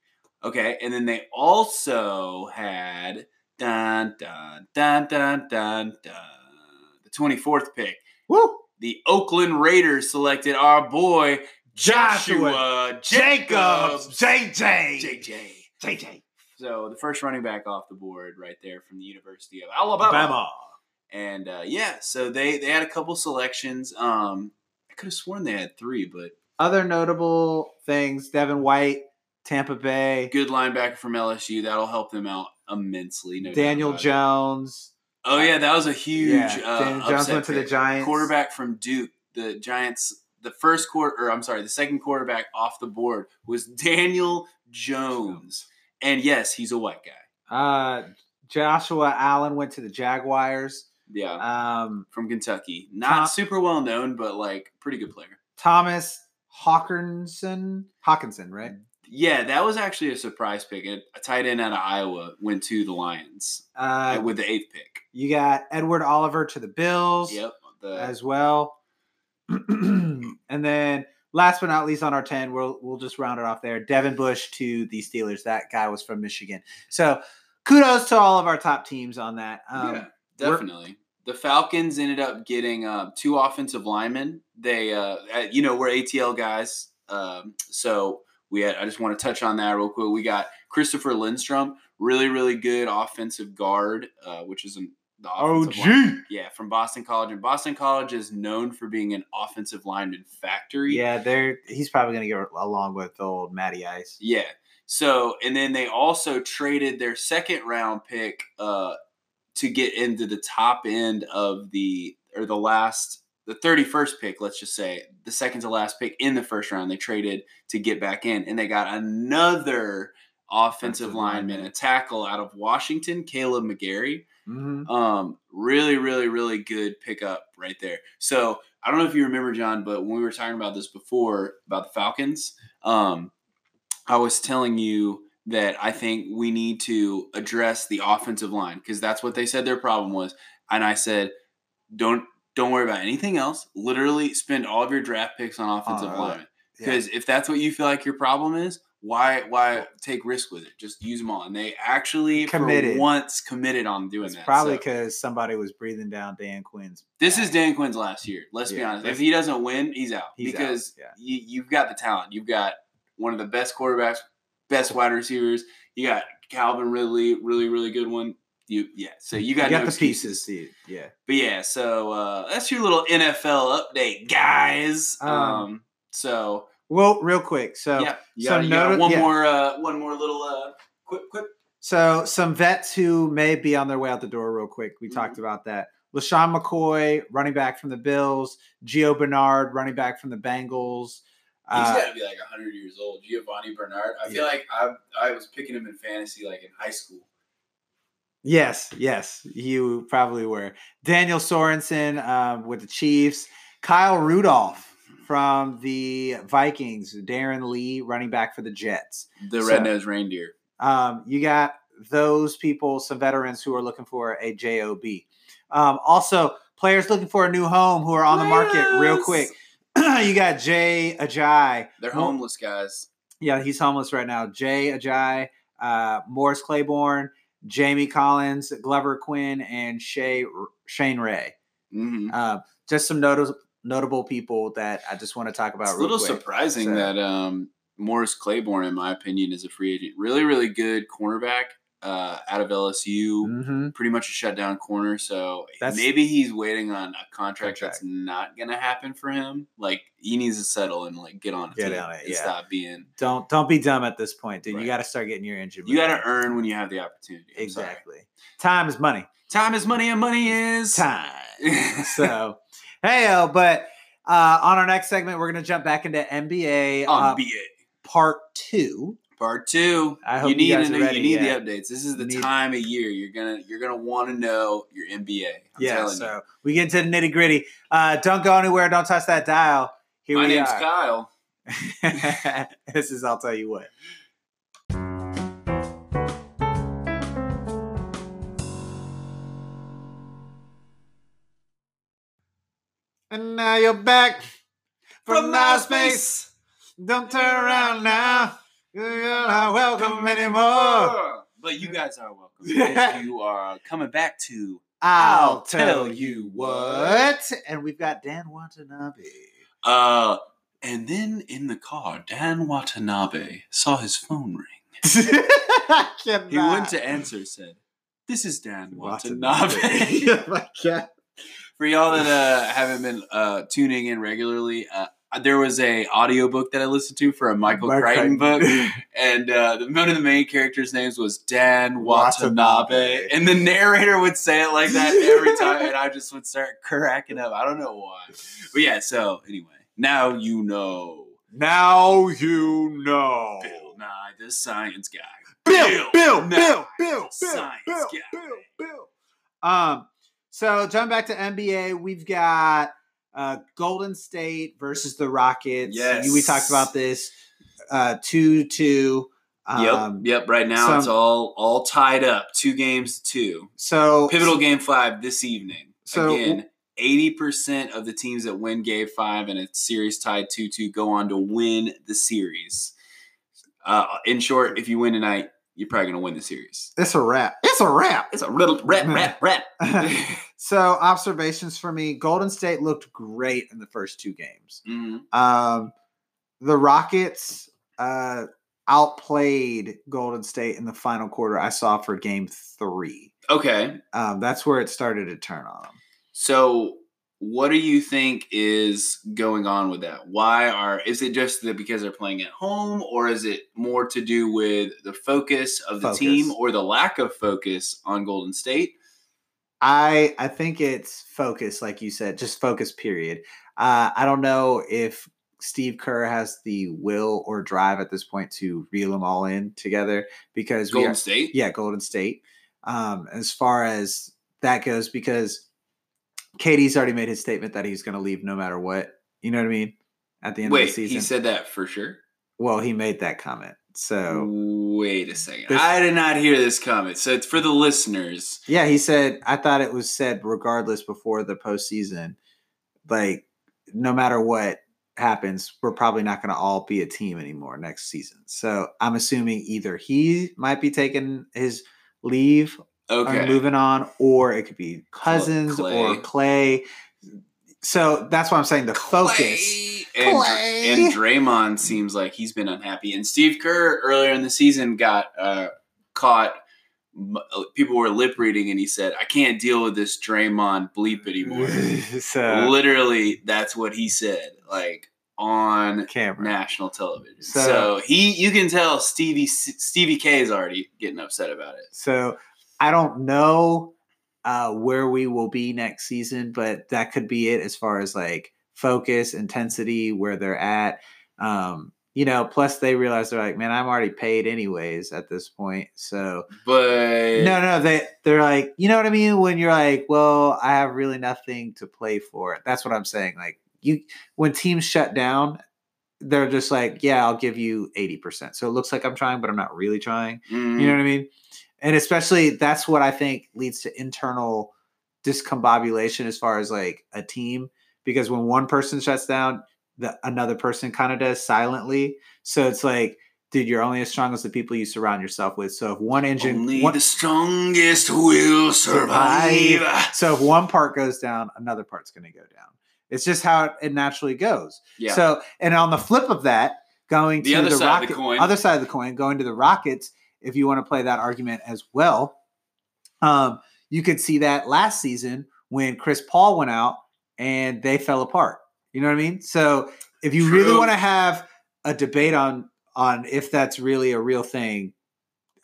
Speaker 2: Okay, and then they also had dun dun dun dun dun dun the twenty fourth pick
Speaker 1: Woo!
Speaker 2: the Oakland Raiders selected our boy
Speaker 1: Joshua
Speaker 2: Joshua Jacobs
Speaker 1: JJ,
Speaker 2: JJ.
Speaker 1: JJ,
Speaker 2: So the first running back off the board right there from the University of Alabama. And uh, yeah, so they they had a couple selections. Um, I could have sworn they had three, but
Speaker 1: Other notable things: Devin White, Tampa Bay,
Speaker 2: good linebacker from LSU that'll help them out immensely. No doubt
Speaker 1: Daniel
Speaker 2: about it.
Speaker 1: Jones.
Speaker 2: Oh yeah, that was a huge. uh,
Speaker 1: Daniel Jones
Speaker 2: upset
Speaker 1: went to the
Speaker 2: pick.
Speaker 1: Giants.
Speaker 2: quarterback from Duke, the Giants, the first quarter, or I'm sorry, the second quarterback off the board was Daniel Jones. And yes, he's a white guy.
Speaker 1: Uh, Joshua Allen went to the Jaguars.
Speaker 2: Yeah.
Speaker 1: Um,
Speaker 2: From Kentucky. Not
Speaker 1: Top-
Speaker 2: super well known, but like pretty good player.
Speaker 1: Thomas Hawkinson, Hawkinson, right?
Speaker 2: Yeah, that was actually a surprise pick. A a tight end out of Iowa went to the Lions uh,
Speaker 1: Uh,
Speaker 2: with the eighth pick.
Speaker 1: you got Edward Oliver to the Bills.
Speaker 2: Yep. The,
Speaker 1: as well. and then last but not least on our 10, we'll we'll just round it off there. Devin Bush to the Steelers. That guy was from Michigan. So kudos to all of our top teams on that. Um
Speaker 2: yeah, definitely. The Falcons ended up getting uh, two offensive linemen. They, uh, uh, you know, we're ATL guys, um, so we. Had, I just want to touch on that real quick. We got Christopher Lindstrom, really, really good offensive guard, uh, which is an the offensive line- Yeah, from Boston College, and Boston College is known for being an offensive lineman factory.
Speaker 1: Yeah, they're he's probably gonna get along with old Matty Ice.
Speaker 2: Yeah. So, and then they also traded their second round pick uh, to get into the top end of the, or the last, the 31st pick, let's just say, the second to last pick in the first round. They traded to get back in, and they got another offensive
Speaker 1: Offensive
Speaker 2: lineman,
Speaker 1: lineman.
Speaker 2: a tackle out of Washington, Caleb McGarry.
Speaker 1: Mhm.
Speaker 2: Um, really, really, really good pickup right there. So I don't know if you remember, John, but when we were talking about this before about the Falcons, um, I was telling you that I think we need to address the offensive line because that's what they said their problem was, and I said, don't don't worry about anything else. Literally, spend all of your draft picks on offensive
Speaker 1: Uh,
Speaker 2: linemen
Speaker 1: Yeah.
Speaker 2: because if that's what you feel like your problem is. Why? Why take risk with it? Just use them all, and they actually for
Speaker 1: Committed.
Speaker 2: once committed on doing
Speaker 1: It's
Speaker 2: that.
Speaker 1: probably
Speaker 2: so.
Speaker 1: because somebody was breathing down Dan Quinn's.
Speaker 2: This
Speaker 1: back.
Speaker 2: is Dan Quinn's last year. Let's be
Speaker 1: Yeah,
Speaker 2: honest. If
Speaker 1: let's-
Speaker 2: he doesn't win, he's out
Speaker 1: He's out,
Speaker 2: because
Speaker 1: yeah.
Speaker 2: you, you've got the talent. You've got one of the best quarterbacks, best wide receivers. You got Calvin Ridley, really, really good one. You yeah. So you got,
Speaker 1: You got
Speaker 2: no
Speaker 1: the
Speaker 2: excuses.
Speaker 1: pieces, dude. Yeah.
Speaker 2: But yeah, so uh, that's your little NFL update, guys. Um.
Speaker 1: Um,
Speaker 2: so
Speaker 1: Well, real quick. So,
Speaker 2: yeah, you,
Speaker 1: so
Speaker 2: got, you got
Speaker 1: noti-
Speaker 2: one
Speaker 1: yeah.
Speaker 2: more, uh, one more little uh, quick, quick.
Speaker 1: so some vets who may be on their way out the door, real quick. We
Speaker 2: Mhm.
Speaker 1: talked about that. LaShawn McCoy, running back from the Bills. Gio Bernard, running back from the Bengals.
Speaker 2: He's
Speaker 1: Uh,
Speaker 2: got to be like 100 years old. Giovanni Bernard. I
Speaker 1: Yeah.
Speaker 2: feel like I I was picking him in fantasy like in high school.
Speaker 1: yes, yes, you probably were. Daniel Sorensen um, with the Chiefs. Kyle Rudolph from the Vikings. Darren Lee, running back for the Jets.
Speaker 2: The
Speaker 1: So-
Speaker 2: red-nosed reindeer.
Speaker 1: Um, you got those people, some veterans who are looking for a job. Um, also, players looking for a new home who are on the market real quick. you got Jay Ajay.
Speaker 2: They're
Speaker 1: Well-
Speaker 2: homeless guys.
Speaker 1: Yeah, he's homeless right now. Jay Ajay, uh, Morris Claiborne, Jamie Collins, Glover Quinn, and Shay Shane Ray.
Speaker 2: Mm-hmm.
Speaker 1: Uh, just some notice, notable people that I just want to talk about.
Speaker 2: It's a
Speaker 1: real
Speaker 2: little
Speaker 1: quick.
Speaker 2: surprising
Speaker 1: So-
Speaker 2: that um, Morris Claiborne, in my opinion, is a free agent. Really, really good cornerback uh, out of LSU.
Speaker 1: Mhm.
Speaker 2: Pretty much a shutdown corner. So
Speaker 1: That's-
Speaker 2: maybe he's waiting on a
Speaker 1: Contract.
Speaker 2: contract, that's not going to happen for him. Like he needs to settle and like get on a
Speaker 1: Get
Speaker 2: team
Speaker 1: on it,
Speaker 2: and
Speaker 1: yeah.
Speaker 2: stop being.
Speaker 1: Don't don't be dumb at this point, dude. You
Speaker 2: Right.
Speaker 1: got to start getting your engine.
Speaker 2: You got
Speaker 1: moving.
Speaker 2: to earn when you have the opportunity. I'm sorry.
Speaker 1: Exactly. Time is money.
Speaker 2: Time is money, and money is
Speaker 1: Time. so, hey, oh, but uh, on our next segment, we're going to jump back into NBA uh,
Speaker 2: on BA.
Speaker 1: part two.
Speaker 2: Part two.
Speaker 1: I hope
Speaker 2: you
Speaker 1: you
Speaker 2: need
Speaker 1: guys
Speaker 2: to
Speaker 1: are
Speaker 2: know-
Speaker 1: ready,
Speaker 2: You need
Speaker 1: yeah.
Speaker 2: the updates. This is the
Speaker 1: Need-
Speaker 2: time of year you're gonna you're gonna want to know your NBA. I'm
Speaker 1: yeah,
Speaker 2: telling
Speaker 1: so we get into the nitty gritty. Uh, don't go anywhere. Don't touch that dial. Here
Speaker 2: you. My
Speaker 1: we
Speaker 2: name's
Speaker 1: are.
Speaker 2: Kyle.
Speaker 1: this is, I'll tell you what. And now you're back from outer space. Don't turn around now. You're not welcome anymore.
Speaker 2: Uh, But you guys are welcome. because you are coming back to
Speaker 1: I'll tell you what. And we've got Dan Watanabe.
Speaker 2: uh and then in the car, Dan Watanabe saw his phone ring.
Speaker 1: I cannot.
Speaker 2: He went to answer, said, This is Dan Watanabe.
Speaker 1: oh my god.
Speaker 2: for y'all that uh, haven't been uh, tuning in regularly uh, there was a audiobook that i listened to for a michael
Speaker 1: Mark
Speaker 2: crichton, book
Speaker 1: Crichton.
Speaker 2: and uh, the- one of the main characters names was dan watanabe,
Speaker 1: Watanabe.
Speaker 2: and the narrator would say it like that every time and i just would start cracking up i don't know why but yeah so anyway now you know
Speaker 1: Now you know.
Speaker 2: bill nye the science guy
Speaker 1: Bill, Bill, Bill,
Speaker 2: Nye,
Speaker 1: Bill, Bill, Bill,
Speaker 2: science
Speaker 1: Bill,
Speaker 2: guy.
Speaker 1: Bill, Bill. Um, so jumping back to NBA, we've got uh, Golden State versus the Rockets.
Speaker 2: Yes.
Speaker 1: You- we talked about this uh, two two. Um,
Speaker 2: yep yep right now
Speaker 1: some-
Speaker 2: it's all all tied up two games to two
Speaker 1: So
Speaker 2: pivotal game five this evening.
Speaker 1: So-
Speaker 2: Again, eighty percent of the teams that win game five and a series tied two two go on to win the series. Uh, in short, if you win tonight, you're probably gonna win the series.
Speaker 1: It's a wrap. It's a wrap.
Speaker 2: It's a riddle, rap, rap, rap. Mm-hmm.
Speaker 1: so observations for me: Golden State looked great in the first two games.
Speaker 2: Mhm.
Speaker 1: Um, the Rockets uh, outplayed Golden State in the final quarter. I saw for Game Three.
Speaker 2: Okay,
Speaker 1: Um, that's where it started to turn on them.
Speaker 2: so what do you think is going on with that? Why are is it just that because they're playing at home, or is it more to do with the focus of the
Speaker 1: Focus.
Speaker 2: team or the lack of focus on Golden State?
Speaker 1: I I think it's focus, like you said, just focus. Period. Uh, I don't know if Steve Kerr has the will or drive at this point to reel them all in together because we
Speaker 2: Golden
Speaker 1: are-
Speaker 2: State.
Speaker 1: yeah, Golden State. Um, as far as that goes, because Katie's already made his statement that he's going to leave no matter what. You know what I mean? At the end
Speaker 2: Wait,
Speaker 1: of the season.
Speaker 2: he said that for sure.
Speaker 1: well, he made that comment. So,
Speaker 2: Wait a second.
Speaker 1: This-
Speaker 2: I did not hear this comment. So it's for the listeners.
Speaker 1: yeah, he said, I thought it was said regardless before the postseason. Like, no matter what happens, we're probably not going to all be a team anymore next season. So, I'm assuming either he might be taking his leave are
Speaker 2: Okay.
Speaker 1: moving on, or it could be cousins or
Speaker 2: Clay.
Speaker 1: Clay. So that's why I'm saying the focus.
Speaker 2: Clay. And,
Speaker 1: Clay.
Speaker 2: and Draymond seems like he's been unhappy. And Steve Kerr earlier in the season got uh, caught. M- uh, People were lip reading, and he said, "I can't deal with this Draymond bleep anymore."
Speaker 1: so
Speaker 2: Literally, that's what he said, like on
Speaker 1: camera.
Speaker 2: national television.
Speaker 1: So-
Speaker 2: So, he, you can tell Stevie Stevie K is already getting upset about it.
Speaker 1: So I don't know uh, where we will be next season, but that could be it as far as like focus, intensity, where they're at. Um, you know, plus they realize they're like, man, I'm already paid anyways at this point. So
Speaker 2: But
Speaker 1: No, no, they they're like, you know what I mean? When you're like, well, I have really nothing to play for. That's what I'm saying. Like you when teams shut down, they're just like, yeah, I'll give you 80%. So it looks like I'm trying, but I'm not really trying.
Speaker 2: Mm.
Speaker 1: You know what I mean? And especially that's what I think leads to internal discombobulation as far as like a team because when one person shuts down, the another person kind of does silently. So it's like Dude, you're only as strong as the people you surround yourself with. So if one engine,
Speaker 2: Only
Speaker 1: one,
Speaker 2: the strongest will survive.
Speaker 1: so if one part goes down, another part's going to go down. It's just how it- it naturally goes.
Speaker 2: Yeah.
Speaker 1: So, and on the flip of that, going
Speaker 2: The
Speaker 1: to
Speaker 2: other
Speaker 1: the
Speaker 2: side of the
Speaker 1: Rocket-
Speaker 2: coin.
Speaker 1: other side of the coin, going to the Rockets, if you want to play that argument as well, um, you could see that last season when Chris Paul went out and they fell apart. You know what I mean? So, if you really
Speaker 2: True.
Speaker 1: want to have a debate on on if that's really a real thing,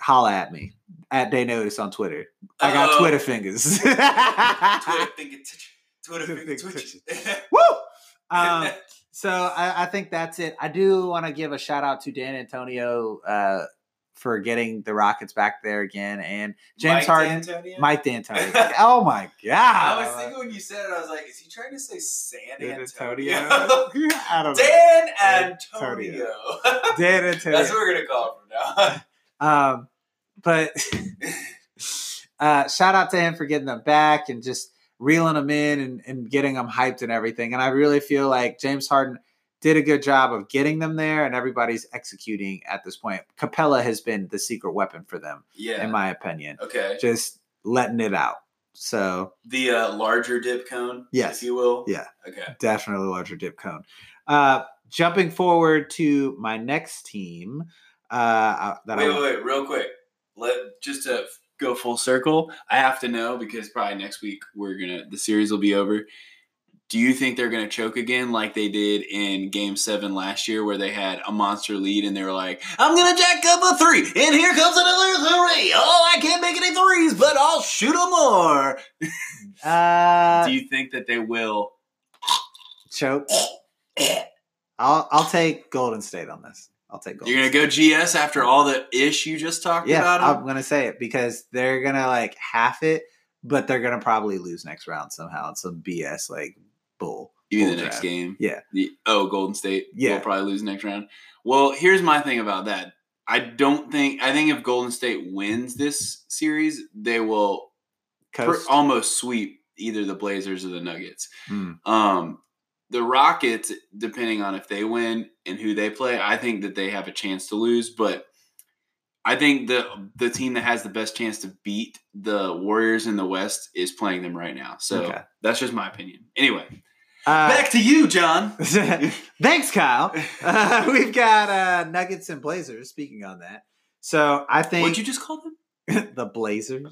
Speaker 1: holla at me at Day Notice on Twitter. I got
Speaker 2: Uh-oh.
Speaker 1: Twitter fingers.
Speaker 2: Twitter thinking, Twitter thinking,
Speaker 1: Thinking
Speaker 2: twitching.
Speaker 1: Woo! Um, so I, I think that's it. I do want to give a shout out to Dan Antonio uh, for getting the Rockets back there again, and James
Speaker 2: Mike
Speaker 1: Harden,
Speaker 2: D'Antonio?
Speaker 1: Mike D'Antonio. oh my
Speaker 2: I was
Speaker 1: god!
Speaker 2: thinking when you said it, I was like, is he trying to say San
Speaker 1: Dan
Speaker 2: Antonio?
Speaker 1: I don't know.
Speaker 2: Dan
Speaker 1: Antonio.
Speaker 2: Antonio.
Speaker 1: Dan
Speaker 2: That's
Speaker 1: Antonio.
Speaker 2: what we're gonna call him from now. on.
Speaker 1: Um, but uh, shout out to him for getting them back and just reeling them in and, and getting them hyped and everything. And I really feel like James Harden did a good job of getting them there, and everybody's executing at this point. Capella has been the secret weapon for them, in
Speaker 2: yeah.
Speaker 1: my opinion,
Speaker 2: Okay.
Speaker 1: just letting it out. So
Speaker 2: The uh, larger dip cone,
Speaker 1: Yes.
Speaker 2: if you will.
Speaker 1: Yeah.
Speaker 2: Okay.
Speaker 1: definitely larger dip cone. Uh, jumping forward to my next team. Uh, I- that
Speaker 2: wait,
Speaker 1: I
Speaker 2: wait, wait, real quick. Let just to go full circle. I have to know because probably next week we're gonna the series will be over. Do you think they're gonna choke again like they did in Game Seven last year, where they had a monster lead and they were like, "I'm gonna jack up a three, and here comes another three. Oh, I can't make any threes, but I'll shoot 'em more."
Speaker 1: Uh,
Speaker 2: Do you think that they will?
Speaker 1: choke. eh. I'll I'll take Golden State on this. I'll take Golden.
Speaker 2: You're gonna
Speaker 1: State.
Speaker 2: go GS after all the ish you just talked
Speaker 1: Yeah,
Speaker 2: about. 'em?
Speaker 1: I'm gonna say it because they're gonna like half it, but they're gonna probably lose next round somehow. It's some BS like bull.
Speaker 2: You mean
Speaker 1: bull
Speaker 2: the next
Speaker 1: draft.
Speaker 2: game?
Speaker 1: Yeah.
Speaker 2: The- oh, Golden State.
Speaker 1: Yeah.
Speaker 2: We'll probably lose next round. Well, here's my thing about that. I don't think I think if Golden State wins this series, they will pr- oh,
Speaker 1: Coast.
Speaker 2: almost sweep either the Blazers or the Nuggets.
Speaker 1: Hmm.
Speaker 2: Um, the Rockets, depending on if they win and who they play, I think that they have a chance to lose. But I think the the team that has the best chance to beat the Warriors in the West is playing them right now. So
Speaker 1: Okay.
Speaker 2: that's just my opinion. Anyway,
Speaker 1: Uh,
Speaker 2: back to you, John.
Speaker 1: thanks, Kyle. Uh, we've got uh, Nuggets and Blazers. Speaking on that, so I think
Speaker 2: What'd you just call them?
Speaker 1: the Blazers,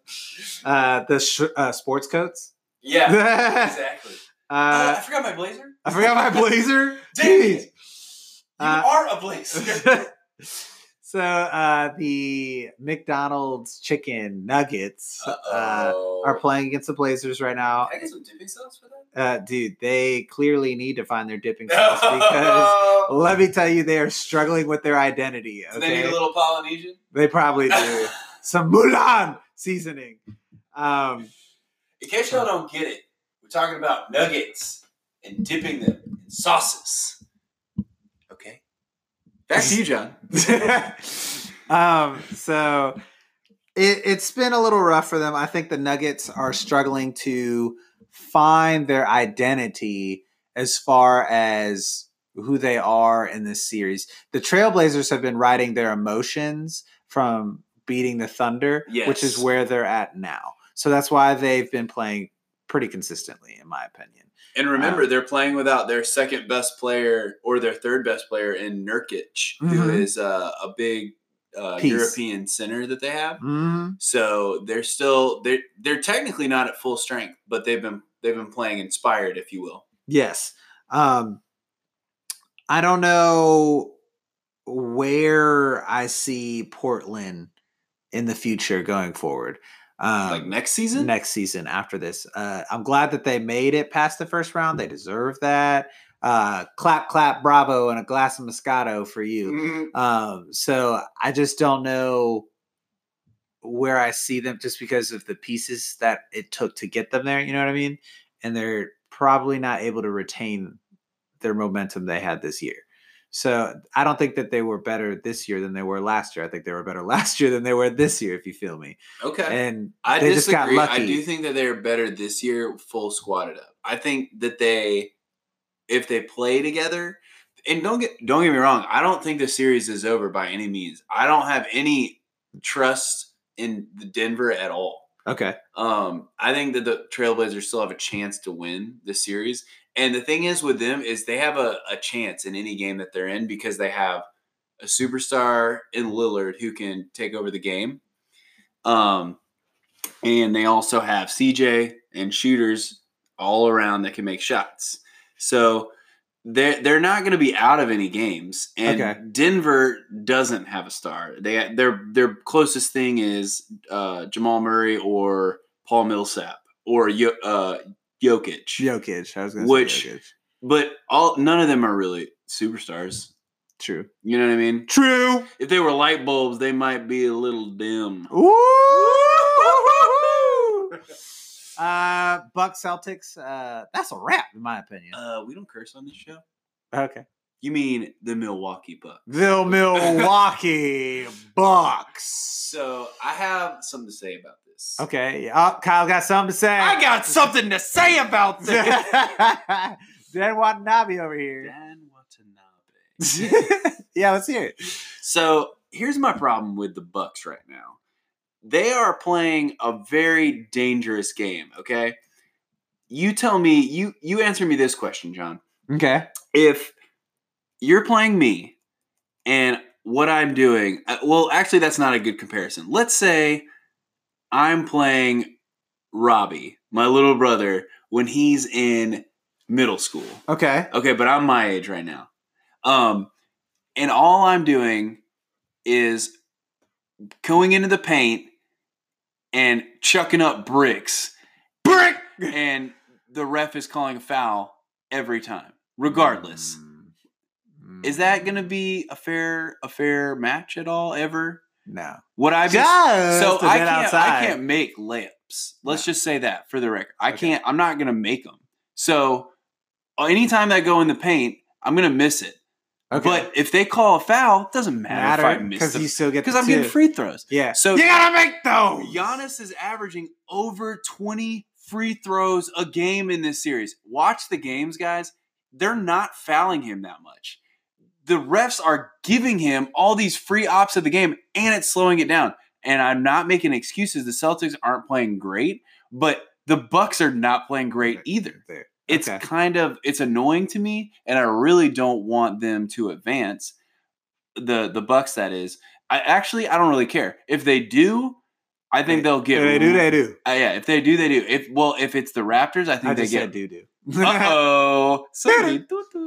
Speaker 1: uh, the sh- uh, sports coats.
Speaker 2: Yeah,
Speaker 1: uh,
Speaker 2: exactly. Uh, I
Speaker 1: I
Speaker 2: forgot my blazer.
Speaker 1: forgot my blazer.
Speaker 2: Dang it.
Speaker 1: Jeez. Uh,
Speaker 2: are a blazer.
Speaker 1: so So uh, the McDonald's chicken nuggets uh,
Speaker 2: Uh-oh.
Speaker 1: are playing against the Blazers right now.
Speaker 2: Can I get some dipping sauce for that?
Speaker 1: Uh, dude, they clearly need to find their dipping sauce because let me tell you, they are struggling with their identity.
Speaker 2: Do
Speaker 1: Okay,
Speaker 2: they need a little Polynesian?
Speaker 1: They probably do some Mulan seasoning. Um,
Speaker 2: In case y'all don't get it, we're talking about nuggets and dipping them in sauces. Okay. Back to you, John.
Speaker 1: um, so it, it's been a little rough for them. I think the Nuggets are struggling to find their identity as far as who they are in this series. The Trailblazers have been riding their emotions from beating the Thunder, which is
Speaker 2: Yes.
Speaker 1: where they're at now. So that's why they've been playing pretty consistently, in my opinion.
Speaker 2: And remember, they're playing without their second best player or their third best player in Nurkic, who
Speaker 1: Mhm.
Speaker 2: is uh, a big uh,
Speaker 1: Piece.
Speaker 2: European center that they have.
Speaker 1: Mhm.
Speaker 2: So they're still they're they're technically not at full strength, but they've been they've been playing inspired, if you will.
Speaker 1: Yes. Um I don't know where I see Portland in the future going forward. Um
Speaker 2: like next season,
Speaker 1: next season after this. Uh I'm glad that they made it past the first round. They deserve that. Uh clap clap bravo and a glass of moscato for you.
Speaker 2: Mhm.
Speaker 1: Um, so I just don't know where I see them just because of the pieces that it took to get them there. You know what I mean? And they're probably not able to retain their momentum they had this year. So I don't think that they were better this year than they were last year. I think they were better last year than they were this year, if you feel me.
Speaker 2: okay.
Speaker 1: And
Speaker 2: I
Speaker 1: They just
Speaker 2: disagree.
Speaker 1: got lucky.
Speaker 2: I do think that they're better this year, full squatted up. I think that they, if they play together, and don't get don't get me wrong, I don't think the series is over by any means. I don't have any trust in the Denver at all.
Speaker 1: okay,
Speaker 2: Um, I think that the Trailblazers still have a chance to win the series. And the thing is with them is they have a, a chance in any game that they're in because they have a superstar in Lillard who can take over the game. Um, and they also have CJ and shooters all around that can make shots. So they're they're not going to be out of any games. And
Speaker 1: Okay.
Speaker 2: Denver doesn't have a star. They their their closest thing is uh, Jamal Murray or Paul Millsap or Yo- uh, Jokic.
Speaker 1: Jokic. I was going to
Speaker 2: Which-
Speaker 1: say Jokic.
Speaker 2: But all none of them are really superstars.
Speaker 1: True.
Speaker 2: You know what I mean?
Speaker 1: True.
Speaker 2: If they were light bulbs, they might be a little dim.
Speaker 1: Ooh. Uh, Buck Celtics. Uh, that's a wrap in my opinion.
Speaker 2: Uh, we don't curse on this show.
Speaker 1: Okay.
Speaker 2: You mean the Milwaukee Bucks?
Speaker 1: The Milwaukee Bucks.
Speaker 2: So I have something to say about this.
Speaker 1: Okay. Oh, Kyle got something to say.
Speaker 2: got something to say about
Speaker 1: Dan Watanabe over here.
Speaker 2: Dan Watanabe.
Speaker 1: yeah, let's hear it.
Speaker 2: So here's my problem with the Bucks right now. They are playing a very dangerous game. Okay, you tell me. You you answer me this question, John.
Speaker 1: Okay.
Speaker 2: If you're playing me, and what I'm doing, uh, well, actually, that's not a good comparison. Let's say I'm playing Robbie, my little brother, when he's in middle school.
Speaker 1: Okay.
Speaker 2: Okay, but I'm my age right now. Um, and all I'm doing is going into the paint and chucking up bricks. Brick! And the ref is calling a foul every time, regardless.
Speaker 1: Mm. Mm-hmm.
Speaker 2: Is that going to be a fair a fair match at all ever?
Speaker 1: No.
Speaker 2: Would I be
Speaker 1: Just
Speaker 2: so
Speaker 1: a
Speaker 2: I
Speaker 1: bit
Speaker 2: can't
Speaker 1: outside.
Speaker 2: I can't make layups. Let's
Speaker 1: No.
Speaker 2: just say that for the record. I
Speaker 1: Okay.
Speaker 2: can't I'm not going to make them. So anytime I go in the paint, I'm going to miss it.
Speaker 1: Okay.
Speaker 2: But if they call a foul, it doesn't matter, if I
Speaker 1: matter
Speaker 2: miss
Speaker 1: because
Speaker 2: them
Speaker 1: you still get
Speaker 2: because
Speaker 1: the Oh,
Speaker 2: I'm getting
Speaker 1: two.
Speaker 2: free throws.
Speaker 1: Yeah.
Speaker 2: So
Speaker 1: you gotta make those.
Speaker 2: Giannis is averaging over 20 free throws a game in this series. Watch the games, guys. They're not fouling him that much. The refs are giving him all these free ops of the game, and it's slowing it down. And I'm not making excuses. The Celtics aren't playing great, but the Bucks are not playing great either.
Speaker 1: There.
Speaker 2: It's
Speaker 1: Okay.
Speaker 2: kind of it's annoying to me, and I really don't want them to advance. The the Bucks that is. I actually I don't really care if they do. I think they'll get.
Speaker 1: They do. They do.
Speaker 2: Uh, yeah, if they do, they do. If well, if it's the Raptors, I think
Speaker 1: I
Speaker 2: they
Speaker 1: just said
Speaker 2: get.
Speaker 1: do do.
Speaker 2: Uh oh,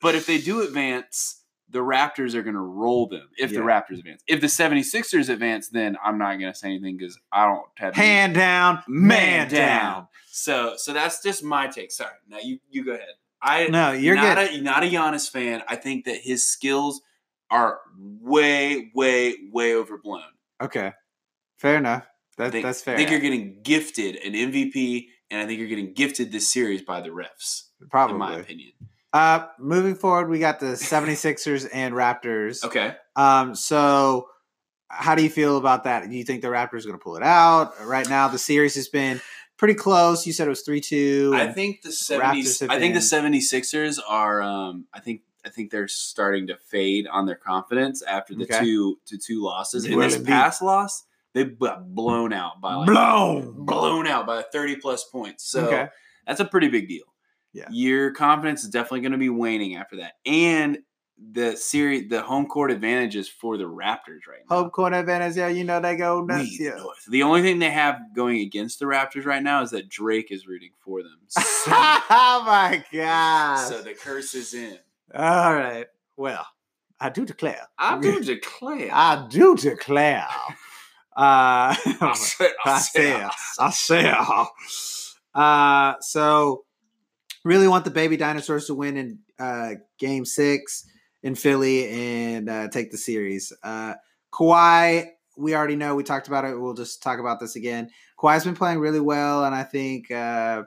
Speaker 2: but if they do advance, the Raptors are going to roll them if the
Speaker 1: Yeah.
Speaker 2: Raptors advance. If the 76ers advance, then I'm not going to say anything because I don't have any-
Speaker 1: Hand down, man,
Speaker 2: Man
Speaker 1: down.
Speaker 2: down. So so that's just my take. Sorry. Now you you go ahead. I
Speaker 1: No, you're
Speaker 2: not
Speaker 1: good.
Speaker 2: a not a Giannis fan. I think that his skills are way way way overblown.
Speaker 1: okay, fair enough. That,
Speaker 2: think-
Speaker 1: that's fair.
Speaker 2: I think you're getting gifted an MVP, and I think you're getting gifted this series by the refs, in my
Speaker 1: Probably.
Speaker 2: opinion.
Speaker 1: Uh, moving forward, we got the 76ers and Raptors.
Speaker 2: Okay.
Speaker 1: Um, so how do you feel about that? Do you think the Raptors are going to pull it out? Right now, the series has been pretty close. You said it was 3 2.
Speaker 2: I think the 70s,
Speaker 1: have
Speaker 2: I think the
Speaker 1: been-
Speaker 2: 76ers are um I think I think they're starting to fade on their confidence after the
Speaker 1: Okay.
Speaker 2: two to two losses. In
Speaker 1: Will
Speaker 2: this
Speaker 1: it be-
Speaker 2: past loss, they got blown out by like
Speaker 1: blown.
Speaker 2: blown out by 30 plus points. So
Speaker 1: Okay.
Speaker 2: that's a pretty big deal.
Speaker 1: Yeah.
Speaker 2: Your confidence is definitely going to be waning after that. And the series, the home court advantages for the Raptors right now.
Speaker 1: Home court advantage. Yeah, you know they go
Speaker 2: We
Speaker 1: nuts. Yeah.
Speaker 2: know it. The only thing they have going against the Raptors right now is that Drake is rooting for them. So,
Speaker 1: oh my god.
Speaker 2: so the curse is in.
Speaker 1: All right. Well, I do declare.
Speaker 2: I do declare.
Speaker 1: I do declare. uh,
Speaker 2: I said- I
Speaker 1: I
Speaker 2: said-
Speaker 1: said- I shall. Uh, so, really want the baby dinosaurs to win in uh, game six in Philly and uh, take the series. Uh, Kawhi, we already know. We talked about it. We'll just talk about this again. Kawhi's been playing really well. And I think, uh,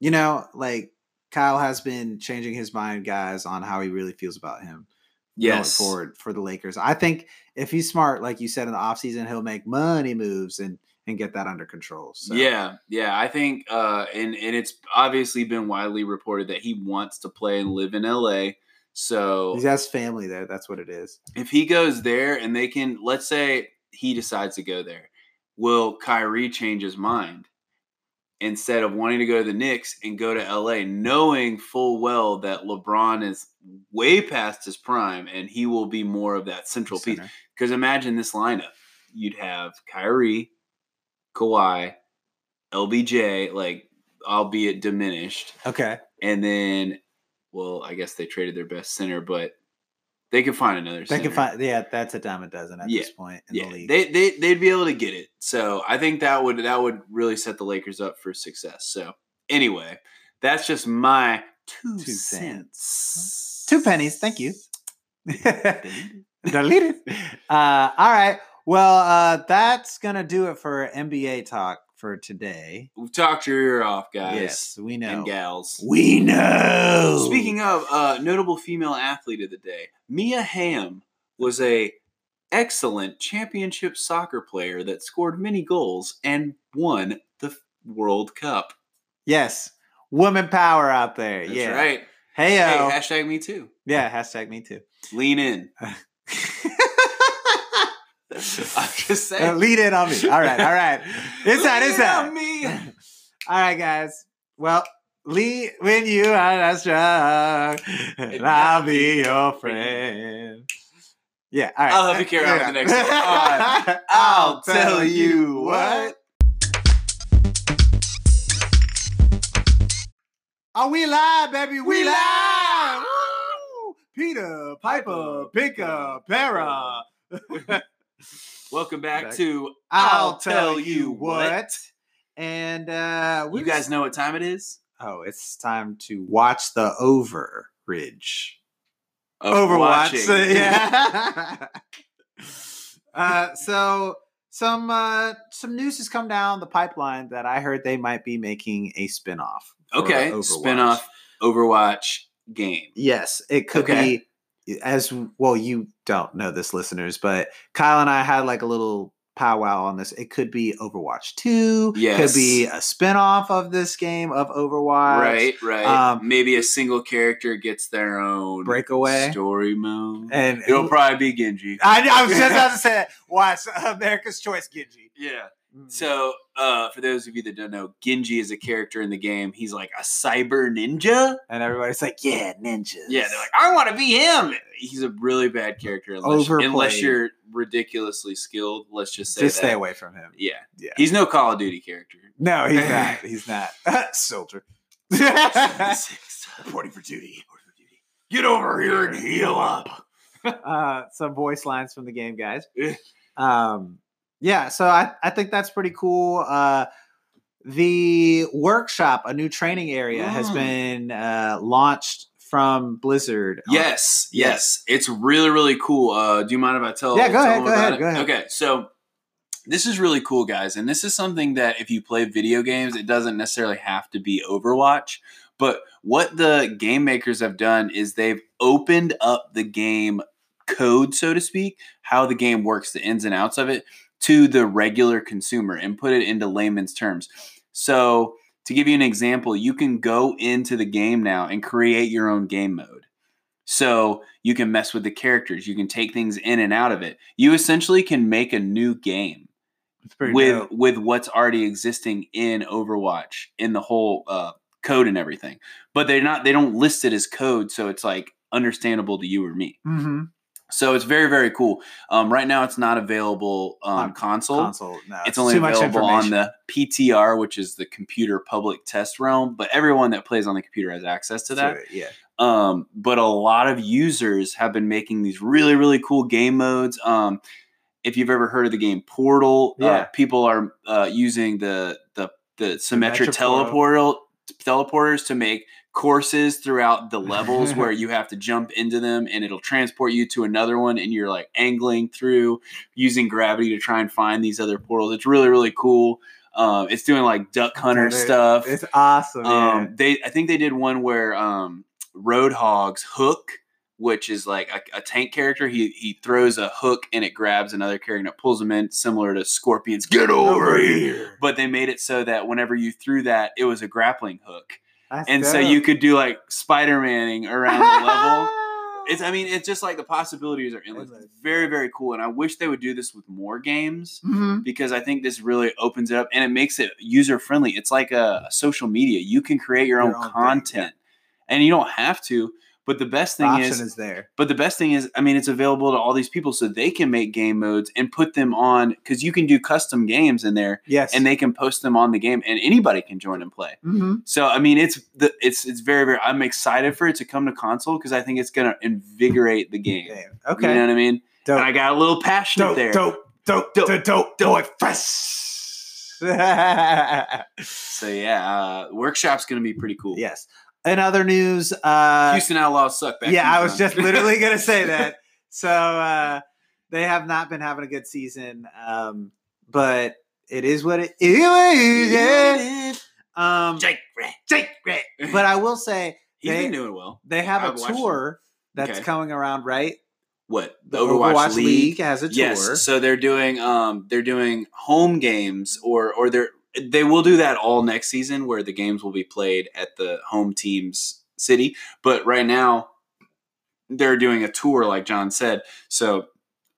Speaker 1: you know, like Kyle has been changing his mind, guys, on how he really feels about him
Speaker 2: Yes.
Speaker 1: going forward for the Lakers. I think if he's smart, like you said in the offseason, he'll make money moves and and get that under control. So
Speaker 2: Yeah, yeah. I think, uh, and and it's obviously been widely reported that he wants to play and live in LA. So
Speaker 1: he has family there. That's what it is.
Speaker 2: if he goes there and they can, let's say he decides to go there, will Kyrie change his mind instead of wanting to go to the Knicks and go to LA, knowing full well that LeBron is way past his prime and he will be more of that central piece?
Speaker 1: Center.
Speaker 2: Because imagine this lineup. You'd have Kyrie, Kawhi, LBJ, like albeit diminished,
Speaker 1: Okay.
Speaker 2: and then well, I guess they traded their best center, but they could find another
Speaker 1: They
Speaker 2: center.
Speaker 1: can find yeah, that's a dime a dozen at
Speaker 2: Yeah.
Speaker 1: this point in
Speaker 2: yeah,
Speaker 1: the league.
Speaker 2: they they they'd be able to get it. So I think that would that would really set the Lakers up for success. So anyway, that's just my two,
Speaker 1: Two cents.
Speaker 2: cents.
Speaker 1: Two pennies, thank you. Deleted. Uh all right. Well, uh that's gonna do it for NBA talk for today.
Speaker 2: We've talked your ear off, guys
Speaker 1: yes, we know.
Speaker 2: and gals.
Speaker 1: We know.
Speaker 2: Speaking of uh, notable female athlete of the day, Mia Hamm was a excellent championship soccer player that scored many goals and won the World Cup.
Speaker 1: Yes. Woman power out there.
Speaker 2: That's
Speaker 1: yeah.
Speaker 2: right.
Speaker 1: Hey,
Speaker 2: Hey, hashtag me too.
Speaker 1: Yeah, hashtag me too.
Speaker 2: Lean in. I'm just saying.
Speaker 1: Uh, lead in on me. All right, all right. Inside,
Speaker 2: Lean
Speaker 1: inside.
Speaker 2: on me.
Speaker 1: All right, guys. Well, Lee, when you are strong, and I'll be your friend. Yeah, all right.
Speaker 2: I'll help you carry on with the next one. On, I'll tell you what.
Speaker 1: Oh, we live, baby. We,
Speaker 2: We
Speaker 1: live.
Speaker 2: live.
Speaker 1: Woo! Peter, Piper, Picker, Para.
Speaker 2: Welcome back,
Speaker 1: Back.
Speaker 2: to
Speaker 1: I'll tell you what. And uh, we
Speaker 2: You guys know what time it is?
Speaker 1: Oh, it's time to watch the over ridge.
Speaker 2: Of watching.
Speaker 1: yeah. uh, so some uh, some news has come down the pipeline that I heard they might be making a spinoff. for
Speaker 2: Okay,
Speaker 1: Overwatch.
Speaker 2: spin-off Overwatch game.
Speaker 1: Yes, it could
Speaker 2: Okay.
Speaker 1: be as well. You don't know this, listeners, but Kyle and I had like a little powwow on this. It could be Overwatch Two. could
Speaker 2: Yes.
Speaker 1: be a spinoff of this game of Overwatch.
Speaker 2: Right, right.
Speaker 1: Um,
Speaker 2: Maybe a single character gets their own
Speaker 1: Breakaway.
Speaker 2: story mode.
Speaker 1: And
Speaker 2: It'll probably be Genji.
Speaker 1: I, I was just about to say that. Watch America's Choice Genji.
Speaker 2: yeah. So, uh, for those of you that don't know, Genji is a character in the game. He's like a cyber ninja.
Speaker 1: and everybody's like, yeah, ninjas.
Speaker 2: Yeah, they're like, I want to be him. He's a really bad character unless,
Speaker 1: Overplayed.
Speaker 2: unless you're ridiculously skilled. Let's just say
Speaker 1: just
Speaker 2: that.
Speaker 1: stay away from him.
Speaker 2: Yeah.
Speaker 1: Yeah.
Speaker 2: He's no Call of Duty character.
Speaker 1: No, he's not. He's not. Soldier.
Speaker 2: Reporting for duty. Get over here and heal up.
Speaker 1: uh, some voice lines from the game, guys. Um, yeah, so I, I think that's pretty cool. Uh, the workshop, a new training area, has
Speaker 2: Mm.
Speaker 1: been uh, launched from Blizzard. Um, on-
Speaker 2: Yes, yes, it's really really cool. Uh, do you mind if I tell?
Speaker 1: Yeah, go
Speaker 2: tell
Speaker 1: ahead,
Speaker 2: them
Speaker 1: go
Speaker 2: about
Speaker 1: ahead,
Speaker 2: it?
Speaker 1: go ahead.
Speaker 2: Okay, so this is really cool, guys, and this is something that if you play video games, it doesn't necessarily have to be Overwatch. But what the game makers have done is they've opened up the game code, so to speak, how the game works, the ins and outs of it, to the regular consumer and put it into layman's terms. So, to give you an example, you can go into the game now and create your own game mode. So, you can mess with the characters, you can take things in and out of it. You essentially can make a new game
Speaker 1: It's pretty
Speaker 2: with
Speaker 1: dope.
Speaker 2: with what's already existing in Overwatch in the whole uh, code and everything. But they're not they don't list it as code, so it's like understandable to you or me.
Speaker 1: Mhm.
Speaker 2: So it's very very cool. Um, right now, it's not available
Speaker 1: On
Speaker 2: um, console.
Speaker 1: console. No,
Speaker 2: It's only
Speaker 1: too much
Speaker 2: available on
Speaker 1: information.
Speaker 2: the PTR, which is the computer public test realm. But everyone that plays on the computer has access to that.
Speaker 1: it, yeah.
Speaker 2: Um, but a lot of users have been making these really really cool game modes. Um, if you've ever heard of the game Portal,
Speaker 1: Yeah.
Speaker 2: uh, people are uh, using the the the Symmetra
Speaker 1: Symmetra
Speaker 2: teleportal teleporters to make courses throughout the levels where you have to jump into them and it'll transport you to another one and you're like angling through using gravity to try and find these other portals it's really really cool um, it's doing like duck hunter
Speaker 1: Dude, it-
Speaker 2: stuff
Speaker 1: It's awesome. yeah.
Speaker 2: um, they, I think they did one where um, Roadhog's hook, which is like a, a tank character, he he throws a hook and it grabs another character and it pulls him in, similar to Scorpion's "Get over here." But they made it so that whenever you threw that, it was a grappling hook,
Speaker 1: That's
Speaker 2: and so
Speaker 1: dope.
Speaker 2: you could do like Spider-Maning around the level. It's, I mean, it's just like the possibilities are endless.
Speaker 1: Endless.
Speaker 2: It's very, very cool, and I wish they would do this with more games
Speaker 1: Mhm.
Speaker 2: because I think this really opens it up and it makes it user friendly. It's like a, a social media. You can create your,
Speaker 1: Your
Speaker 2: own,
Speaker 1: own thing,
Speaker 2: content and you don't have to. But the best
Speaker 1: The
Speaker 2: thing
Speaker 1: option
Speaker 2: is,
Speaker 1: is there.
Speaker 2: but the best thing is, I mean, it's available to all these people so they can make game modes and put them on because you can do custom games in there
Speaker 1: Yes.
Speaker 2: and they can post them on the game and anybody can join and play.
Speaker 1: hmm
Speaker 2: So I mean, it's the it's it's very very. I'm excited for it to come to console because I think it's gonna invigorate the game.
Speaker 1: Yeah. Okay.
Speaker 2: You know what I mean?
Speaker 1: dope.
Speaker 2: And I got a little passionate
Speaker 1: dope,
Speaker 2: there.
Speaker 1: dope, dope, dope,
Speaker 2: Dope.
Speaker 1: dope, dope, boy, fresh. yes.
Speaker 2: So yeah, uh, workshop's gonna be pretty cool.
Speaker 1: In other news, uh,
Speaker 2: Houston Outlaws suck. Back
Speaker 1: yeah,
Speaker 2: in
Speaker 1: I was
Speaker 2: time.
Speaker 1: just literally going to say that. So uh, they have not been having a good season, um, but it is what it is. Yeah. Um,
Speaker 2: Jake Rat, Jake Rat.
Speaker 1: but I will say
Speaker 2: he's
Speaker 1: they-
Speaker 2: been doing well.
Speaker 1: they have a
Speaker 2: I've watched
Speaker 1: tour that's
Speaker 2: Okay.
Speaker 1: coming around, right?
Speaker 2: What the Overwatch, League?
Speaker 1: has a tour.
Speaker 2: Yes, so they're doing um they're doing home games or or they're they will do that all next season where the games will be played at the home team's city. But right now they're doing a tour like John said. So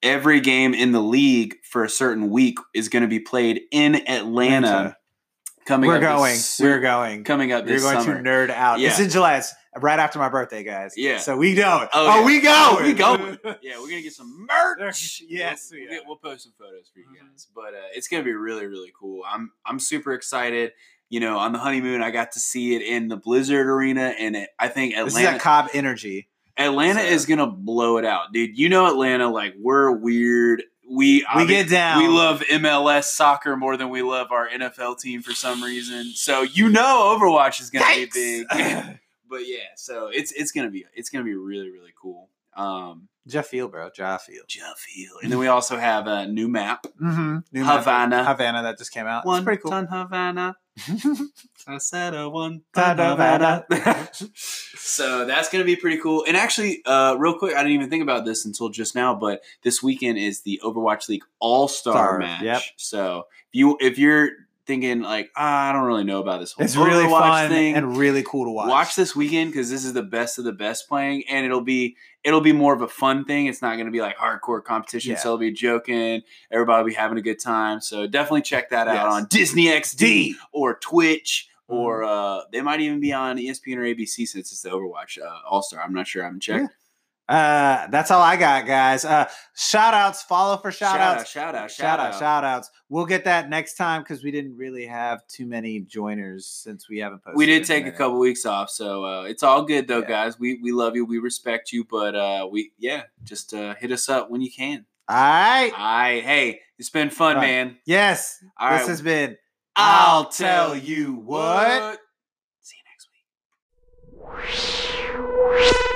Speaker 2: every game in the league for a certain week is going to be played in Atlanta.
Speaker 1: Atlanta.
Speaker 2: Coming
Speaker 1: We're
Speaker 2: up this
Speaker 1: going.
Speaker 2: su-
Speaker 1: We're going.
Speaker 2: coming up
Speaker 1: You're
Speaker 2: this
Speaker 1: going
Speaker 2: summer.
Speaker 1: to nerd out. It's
Speaker 2: Yeah.
Speaker 1: in July. It's right after my birthday, guys.
Speaker 2: Yeah.
Speaker 1: So we go. Oh,
Speaker 2: Oh, yeah.
Speaker 1: we go.
Speaker 2: We going. yeah, we're gonna get some merch.
Speaker 1: Yes,
Speaker 2: we'll,
Speaker 1: we
Speaker 2: we'll get-
Speaker 1: are.
Speaker 2: we'll post some photos for you
Speaker 1: Mhm.
Speaker 2: guys. But uh, it's gonna be really, really cool. I'm I'm super excited. You know, on the honeymoon, I got to see it in the Blizzard Arena, and it, I think
Speaker 1: This is that
Speaker 2: Atlanta
Speaker 1: Cobb energy.
Speaker 2: Atlanta
Speaker 1: so-
Speaker 2: is gonna blow it out, dude. You know, Atlanta, like we're weird. We
Speaker 1: We
Speaker 2: obvi-
Speaker 1: get down.
Speaker 2: We love MLS soccer more than we love our NFL team for some reason. So you know, Overwatch is gonna
Speaker 1: Yikes.
Speaker 2: be big. but yeah, so it's it's gonna be it's gonna be really really cool. Um,
Speaker 1: Jeff Field, bro. Jeff Field.
Speaker 2: Jeff Hill. And then we also have a new map.
Speaker 1: Mm-hmm. New
Speaker 2: Havana.
Speaker 1: Method. Havana that just came out. it's pretty cool.
Speaker 2: ton Havana. I said a one
Speaker 1: Ton Havana.
Speaker 2: so that's going to be pretty cool. And actually, uh, real quick, I didn't even think about this until just now, but this weekend is the Overwatch League All Star
Speaker 1: Star,
Speaker 2: match.
Speaker 1: yep.
Speaker 2: So if you if you're thinking like "Ah, I don't really know about this whole
Speaker 1: It's really
Speaker 2: Overwatch
Speaker 1: fun
Speaker 2: thing,
Speaker 1: and really cool to watch.
Speaker 2: watch. this weekend because this is the best of the best playing, and it'll be it'll be more of a fun thing. It's not going to be like hardcore competition,
Speaker 1: Yeah.
Speaker 2: so it'll be joking. Everybody will be having a good time. So definitely check that out
Speaker 1: Yes.
Speaker 2: on Disney XD
Speaker 1: D. Mm-hmm.
Speaker 2: or Twitch. Or E uh, they might even be on ESPN or ABC since it's the Overwatch uh, All Star. I'm not sure. I haven't checked.
Speaker 1: Uh, that's all I got, guys. Uh, shout outs, follow for shout, outs.
Speaker 2: shout out,
Speaker 1: shout out, shout outs. We'll get that next time because we didn't really have too many joiners since we haven't posted.
Speaker 2: We
Speaker 1: in
Speaker 2: did take a
Speaker 1: minute.
Speaker 2: couple weeks off, so uh, it's all good though,
Speaker 1: Yeah.
Speaker 2: guys. We we love you, we respect you, but uh, we yeah, just uh, hit us up when you can.
Speaker 1: All right.
Speaker 2: I hey, it's been fun,
Speaker 1: Right.
Speaker 2: man.
Speaker 1: Yes.
Speaker 2: All
Speaker 1: this
Speaker 2: right,
Speaker 1: has been
Speaker 2: I'll tell you
Speaker 1: what.
Speaker 2: See you next week.
Speaker 3: Thank you.